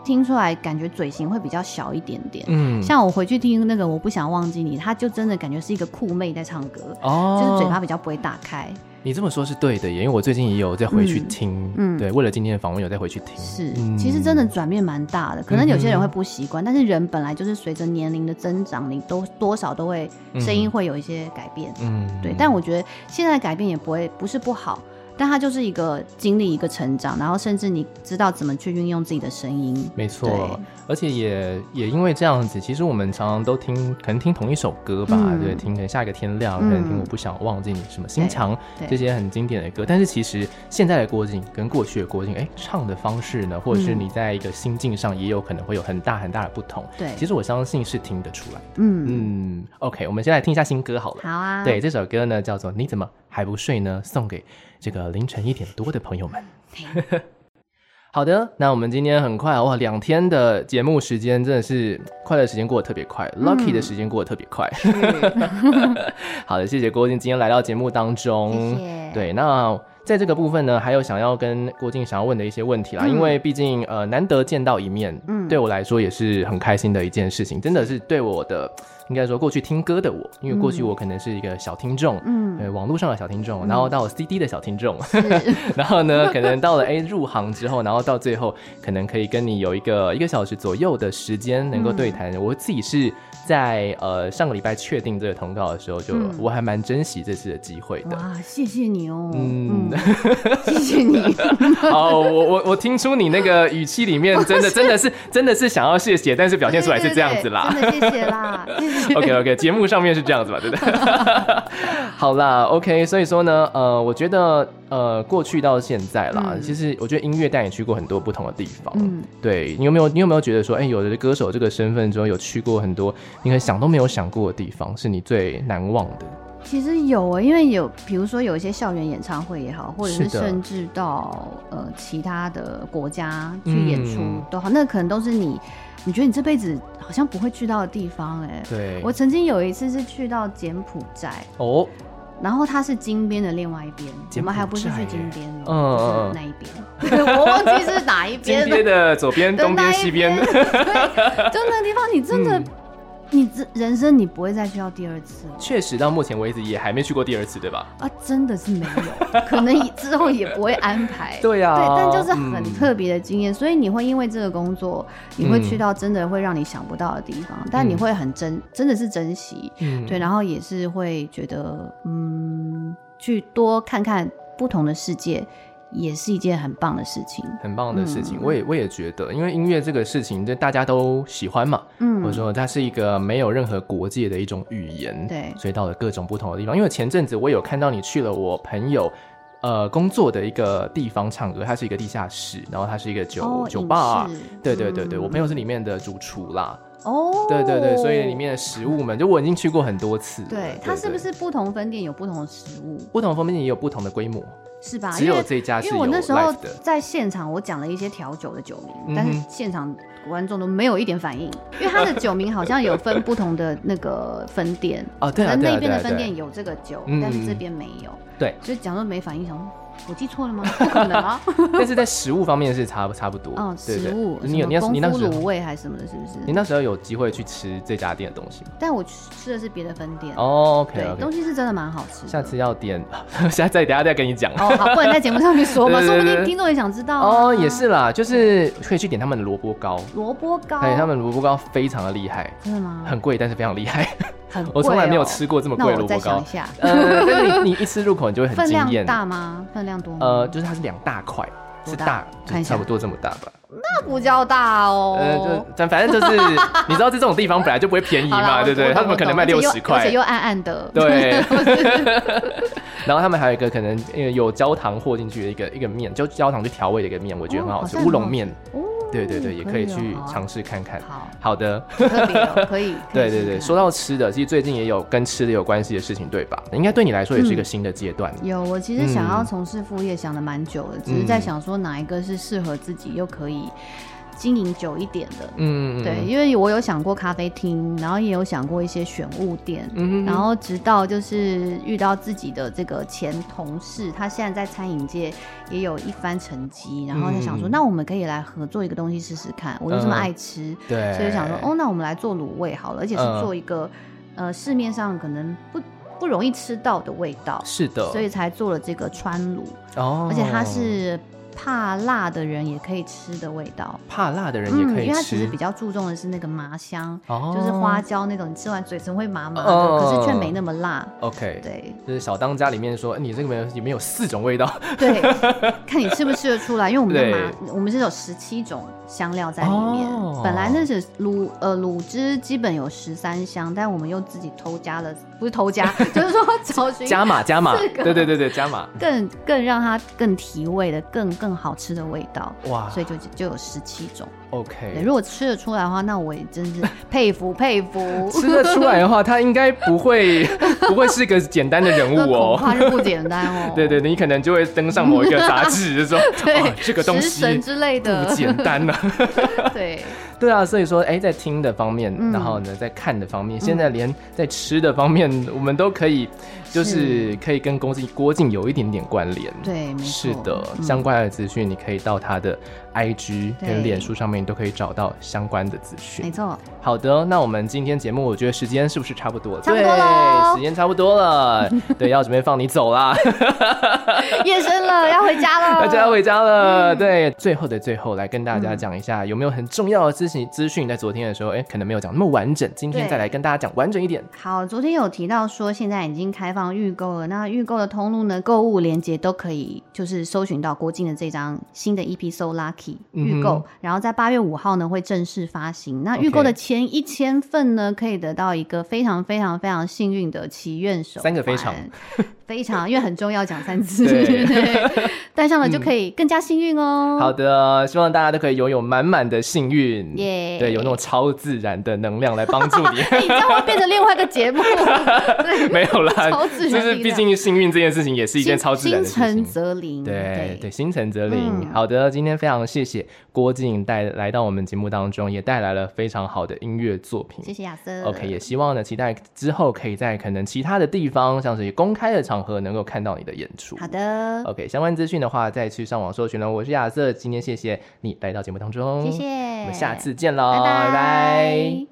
S2: 听出来，感觉嘴型会比较小一点点。
S1: 嗯，
S2: 像我回去听那个《我不想忘记你》，他就真的感觉是一个酷妹在唱歌，
S1: 哦，
S2: 就是嘴巴比较不会打开。
S1: 你这么说是对的耶，因为我最近也有再回去
S2: 嗯
S1: 听，
S2: 嗯
S1: 对，为了今天的访问有再回去听，
S2: 是，
S1: 嗯
S2: 其实真的转变蛮大的，可能有些人
S1: 嗯哼
S2: 会不习惯，但是人本来就是随着年龄的增长，你都多少都会
S1: 嗯
S2: 声音会有一些改变，
S1: 嗯
S2: 对。但我觉得现在的改变也不会不是不好，但它就是一个经历一个成长，然后甚至你知道怎么去运用自己的声音，
S1: 没错
S2: 对，
S1: 而且也也因为这样子，其实我们常常都听，可能听同一首歌吧，
S2: 嗯
S1: 对，听可能下一个天亮，可能听
S2: 嗯
S1: 我不想忘记你什么心肠
S2: 对
S1: 这些很经典的歌，但是其实现在的郭靖跟过去的郭靖，哎，唱的方式呢，或者是
S2: 嗯
S1: 你在一个心境上，也有可能会有很大很大的不同。
S2: 对
S1: 其实我相信是听得出来。
S2: 嗯，
S1: 嗯，OK，我们先来听一下新歌好了。
S2: 好啊，
S1: 对，，这首歌呢叫做《你怎么还不睡呢》，送给这个凌晨一点多的朋友们。 [LAUGHS] 好的，那我们今天很快哇，两天的节目时间真的是快乐时间过得特别快、l
S2: 嗯
S1: u c k y 的时间过得特别快。 [LAUGHS] 好的，谢谢郭靖今天来到节目当中。
S2: 谢谢
S1: 嗯对，那在这个部分呢，还有想要跟郭靖想要问的一些问题啦，因为毕竟呃难得见到一面，
S2: 嗯
S1: 对我来说也是很开心的一件事情，真的是对我的应该说过去听歌的我，因为过去我可能是一个小听众，
S2: 嗯，
S1: 对网络上的小听众，然后到 CD 的小听众，
S2: 是
S1: [LAUGHS] 然后呢，可能到了哎入行之后，然后到最后可能可以跟你有一个一个小时左右的时间能够
S2: 嗯
S1: 对谈。我自己是在呃上个礼拜确定这个通告的时候就，
S2: 嗯
S1: 我还蛮珍惜这次的机会的。
S2: 哇，谢谢你哦，
S1: 嗯
S2: 嗯，谢谢你，
S1: 哦，我我我听出你那个语气里面真的真的
S2: [LAUGHS]
S1: 是真的是想要谢谢，但 [LAUGHS] 是表现出来是这样子啦。
S2: 对对对真的谢谢啦，谢谢。
S1: OK OK，节目上面是这样子吧，对不
S2: [LAUGHS]
S1: 对？好啦，OK，所以说呢，呃，我觉得呃，过去到现在啦，
S2: 嗯
S1: 其实我觉得音乐带你去过很多不同的地方。
S2: 嗯
S1: 对你有没有你有没有觉得说，哎、有了歌手这个身份之后，有去过很多你可能想都没有想过的地方，是你最难忘的？
S2: 其实有啊、因为有，比如说有一些校园演唱会也好，或者
S1: 是
S2: 是
S1: 的
S2: 甚至到呃其他的国家去演出
S1: 嗯
S2: 都好，那可能都是你，你觉得你这辈子好像不会去到的地方哎、
S1: 对，
S2: 我曾经有一次是去到柬埔寨，
S1: 哦，
S2: 然我它是金边的另外一边，
S1: 柬埔寨
S2: 我们还不是去金边哦，
S1: 嗯
S2: 就是那一边， [LAUGHS] 我忘记是哪一
S1: 金
S2: 边 [LAUGHS]
S1: 边
S2: 了，
S1: 的左 [LAUGHS] 边、
S2: 的
S1: 东
S2: 那
S1: 边、
S2: 一
S1: 西边
S2: 对，就那个地方，你真的，
S1: [LAUGHS] 嗯
S2: 你这人生你不会再去到第二次了。
S1: 确实到目前为止也还没去过第二次，对吧？
S2: 啊，真的是没有， [LAUGHS] 可能之后也不会安排。
S1: 对啊呀、
S2: 对，但就是很
S1: 嗯
S2: 特别的经验，所以你会因为这个工作，你会
S1: 嗯
S2: 去到真的会让你想不到的地方，但你
S1: 嗯
S2: 会很珍，真的是珍惜，
S1: 嗯
S2: 对，然后也是会觉得，嗯，去多看看不同的世界，也是一件很棒的事情。
S1: 很棒的事情，
S2: 嗯
S1: 我也我也觉得，因为音乐这个事情，这大家都喜欢嘛，
S2: 嗯
S1: 或者说它是一个没有任何国界的一种语言，
S2: 对
S1: 所以到了各种不同的地方。因为前阵子我有看到你去了我朋友。呃，工作的一个地方唱歌，它是一个地下室，然后它是一个酒、
S2: 哦
S1: 酒
S2: 影
S1: 吧
S2: 视，
S1: 对对对对，
S2: 嗯
S1: 我朋友是里面的主厨啦，
S2: 哦，
S1: 对对对，所以里。面的食物们，就我已经去过很多次了，
S2: 对，它是不是不同分店有不同的食物，
S1: 不同方面也有不同的规模？
S2: 是吧？
S1: 只
S2: 啊因
S1: 有
S2: 为
S1: 这一家是
S2: 因
S1: 有
S2: 为我那时候
S1: live 的，
S2: 在现场，我讲了一些调酒的酒名，
S1: 嗯哼
S2: 但是现场观众都没有一点反应，因为它的酒名好像有分不同的那个分店，
S1: 哦 [LAUGHS] 对啊
S2: 可能
S1: 对啊
S2: 那边
S1: 对
S2: 的
S1: 啊
S2: 分店
S1: 对
S2: 有这个酒，
S1: 嗯
S2: 但是这边没有，
S1: 对，
S2: 所以讲说没反应，想说我记错了吗？不可能
S1: [LAUGHS]
S2: 啊！ [LAUGHS]
S1: 但是在食物方面是差不差不多，
S2: 嗯，
S1: 对对
S2: 食物
S1: 你有你
S2: 什
S1: 要
S2: 么
S1: 你那
S2: 功夫
S1: 时候
S2: 卤味还是什么的，是不
S1: 你
S2: 是？
S1: 那时候有机会去吃这家店的东西吗？
S2: 但我吃的是别的分店，
S1: 哦，OK
S2: 对，东
S1: OK，
S2: 西是真的蛮好吃的。
S1: 下次要点， [LAUGHS] 下再等一下再跟你讲。
S2: 哦，好，不能在节目上去说
S1: [LAUGHS]
S2: 嘛，
S1: 对
S2: 说
S1: 对对
S2: 不
S1: 对
S2: 定听众也想知道啊
S1: 哦，也是啦，就是可以去点他们的萝卜糕，
S2: 萝卜糕，
S1: 对，哎他们萝卜糕非常的厉害，
S2: 真的吗？
S1: 很贵，但是非常厉害。
S2: 很贵
S1: 我从来没有
S2: 哦
S1: 吃过这么
S2: 那
S1: 贵的萝
S2: 我
S1: 卜
S2: 再想
S1: 糕
S2: 一，下，
S1: 呃， [LAUGHS] 但是你你一吃入口你就会很
S2: 分
S1: 惊
S2: 量
S1: 艳。
S2: 大吗？分量多吗？
S1: 呃，，就是它是两大块，是
S2: 多大
S1: 大，就
S2: 看一下
S1: 差不多这么大吧。
S2: 那不叫大哦。
S1: 呃，就但反正就是你知道这种地方本来就不会便宜
S2: 好啦
S1: 嘛，
S2: 我
S1: 对不对？
S2: 我
S1: 它
S2: 懂
S1: 怎么可能
S2: 我懂
S1: 卖
S2: 而且
S1: 六
S2: 又
S1: 十块？
S2: 而且又暗暗的。 [LAUGHS]
S1: 对，然后他们还有一个可能呃有焦糖和进去的一个一个面，就焦糖去调味的一个面，我觉得很好吃，
S2: 哦好像
S1: 乌龙面。
S2: 哦，
S1: 对对对，也可以
S2: 可以
S1: 去
S2: 哦好啊
S1: 尝试看看。
S2: 好，
S1: 好的，
S2: 特别哦
S1: [LAUGHS]
S2: 可以。可以
S1: 对
S2: 试
S1: 对
S2: 试
S1: 对，
S2: 看
S1: 说到吃的，其实最近也有跟吃的有关系的事情，对吧？应该对你来说也是一个新的阶段。
S2: 有，我其实想要
S1: 嗯
S2: 从事副业想的蛮久了，只是在想说哪一个是适合自己又可以经营久一点的。
S1: 嗯，
S2: 对，，因为我有想过咖啡厅，然后也有想过一些选物店，
S1: 嗯
S2: 然后直到就是遇到自己的这个前同事，他现在在餐饮界也有一番成绩，然后他想说，
S1: 嗯
S2: 那我们可以来合作一个东西试试看。我就这么
S1: 嗯
S2: 爱吃，
S1: 对，
S2: 所以想说，哦，那我们来做卤味好了，而且是
S1: 嗯
S2: 做一个、呃市面上可能不不容易吃到的味道。
S1: 是的，
S2: 所以才做了这个川卤，
S1: 哦，
S2: 而且它是怕辣的人也可以吃的味道。
S1: 怕辣的人也可
S2: 嗯因
S1: 以
S2: 为它其实
S1: 吃
S2: 比，较注重的是那个麻香，
S1: 哦
S2: 就是花椒那种，你吃完嘴唇会麻麻的，
S1: 哦
S2: 可是却没那么辣。
S1: OK， [LAUGHS]
S2: 对
S1: 就是小当家里面说，哎你这个没有里面有四种味道，
S2: [LAUGHS] 对，看你吃不吃得出来，因为我们的
S1: 对
S2: 麻，我们是有十七种香料在里面。
S1: 哦
S2: 本来那是卤呃卤汁基本有十三香，但我们又自己偷加了，不是偷加， [LAUGHS] 就是说找寻
S1: 加码加码，
S2: 四个
S1: 对对对对，加码，
S2: 更更让它更提味的、更更好吃的味道。
S1: 哇，
S2: 所以就就有十七种。对，
S1: OK，
S2: 如果吃得出来的话，那我也真
S1: [LAUGHS]
S2: 是佩服佩服。
S1: 吃得出来的话，他应该不会 [LAUGHS] 不会是个简单的人
S2: [LAUGHS] 那
S1: 物
S2: 恐
S1: 哦。。
S2: 怕是不简单哦
S1: [LAUGHS] 对对，你可能就会登上某一个杂志，就说
S2: [LAUGHS] 对、
S1: 哇，这个东
S2: 食
S1: 西
S2: 神之类
S1: 不
S2: 的，
S1: 简单呐、啊。
S2: 对，
S1: [LAUGHS] 对啊，所以说，哎，在听的方面，
S2: 嗯
S1: 然后呢，在看的方面，现在连在吃的方面，我们都可以，就是可以跟郭靖郭靖有一点点关联。
S2: 对，没错。
S1: 是的，
S2: 嗯
S1: 相关的资讯你可以到他的 IG
S2: 对
S1: 跟脸书上面，你都可以找到相关的资讯。
S2: 没错。
S1: 好的，那我们今天节目，我觉得时间是不是差不多？
S2: 差不
S1: 对，
S2: 多喽
S1: 时间差不多
S2: [LAUGHS]
S1: 了，对，要准备放你走啦，
S2: 夜深了，要回家了。
S1: 大 [LAUGHS] 家要回家
S2: 嗯
S1: 了。对，最后的最后，来跟大家讲一下，有没有很重要的资讯？资讯在昨天的时候，哎，可能没有讲那么完整，今天
S2: 对
S1: 再来跟大家讲完整一点。
S2: 好，昨天有提到说现在已经开放预购了，那预购的通路呢，购物链接都可以，就是搜寻到郭靖的这张新的 EP So Lucky 预
S1: 嗯
S2: 购，
S1: 哼
S2: 然后在八月五号呢会正式发行。那预购的
S1: OK
S2: 前一千份呢，可以得到一个非常非常非常幸运的祈愿手环
S1: 三个非常。
S2: 非常，因为很重要，讲三次，
S1: 对
S2: [LAUGHS]
S1: 嗯
S2: 对，戴上了就可以更加幸运哦。
S1: 好的，希望大家都可以拥有满满的幸运，
S2: 耶
S1: 对，有那种超自然的能量来帮助
S2: [LAUGHS]
S1: 你。
S2: [LAUGHS] 哎，你这样会变成另外一个节目， [LAUGHS] 对，
S1: 没有啦，
S2: 超自然
S1: 就是
S2: 力量
S1: 毕竟幸运这件事情也是一件超自然的事
S2: 心诚
S1: 情。
S2: 则灵，
S1: 对对，心诚则灵。
S2: 嗯
S1: 好的，今天非常谢谢郭靖带来到我们节目当中，也带来了非常好的音乐作品。
S2: 谢谢亚瑟。
S1: OK，也希望呢，期待之后可以在可能其他的地方，像是公开的场合，能够看到你的演出。
S2: 好的，
S1: ，OK，相关资讯的话，再去上网搜寻了。我是亚瑟，今天谢谢你来到节目当中，
S2: 谢谢，
S1: 我们下次见喽，
S2: 拜
S1: 拜
S2: 拜。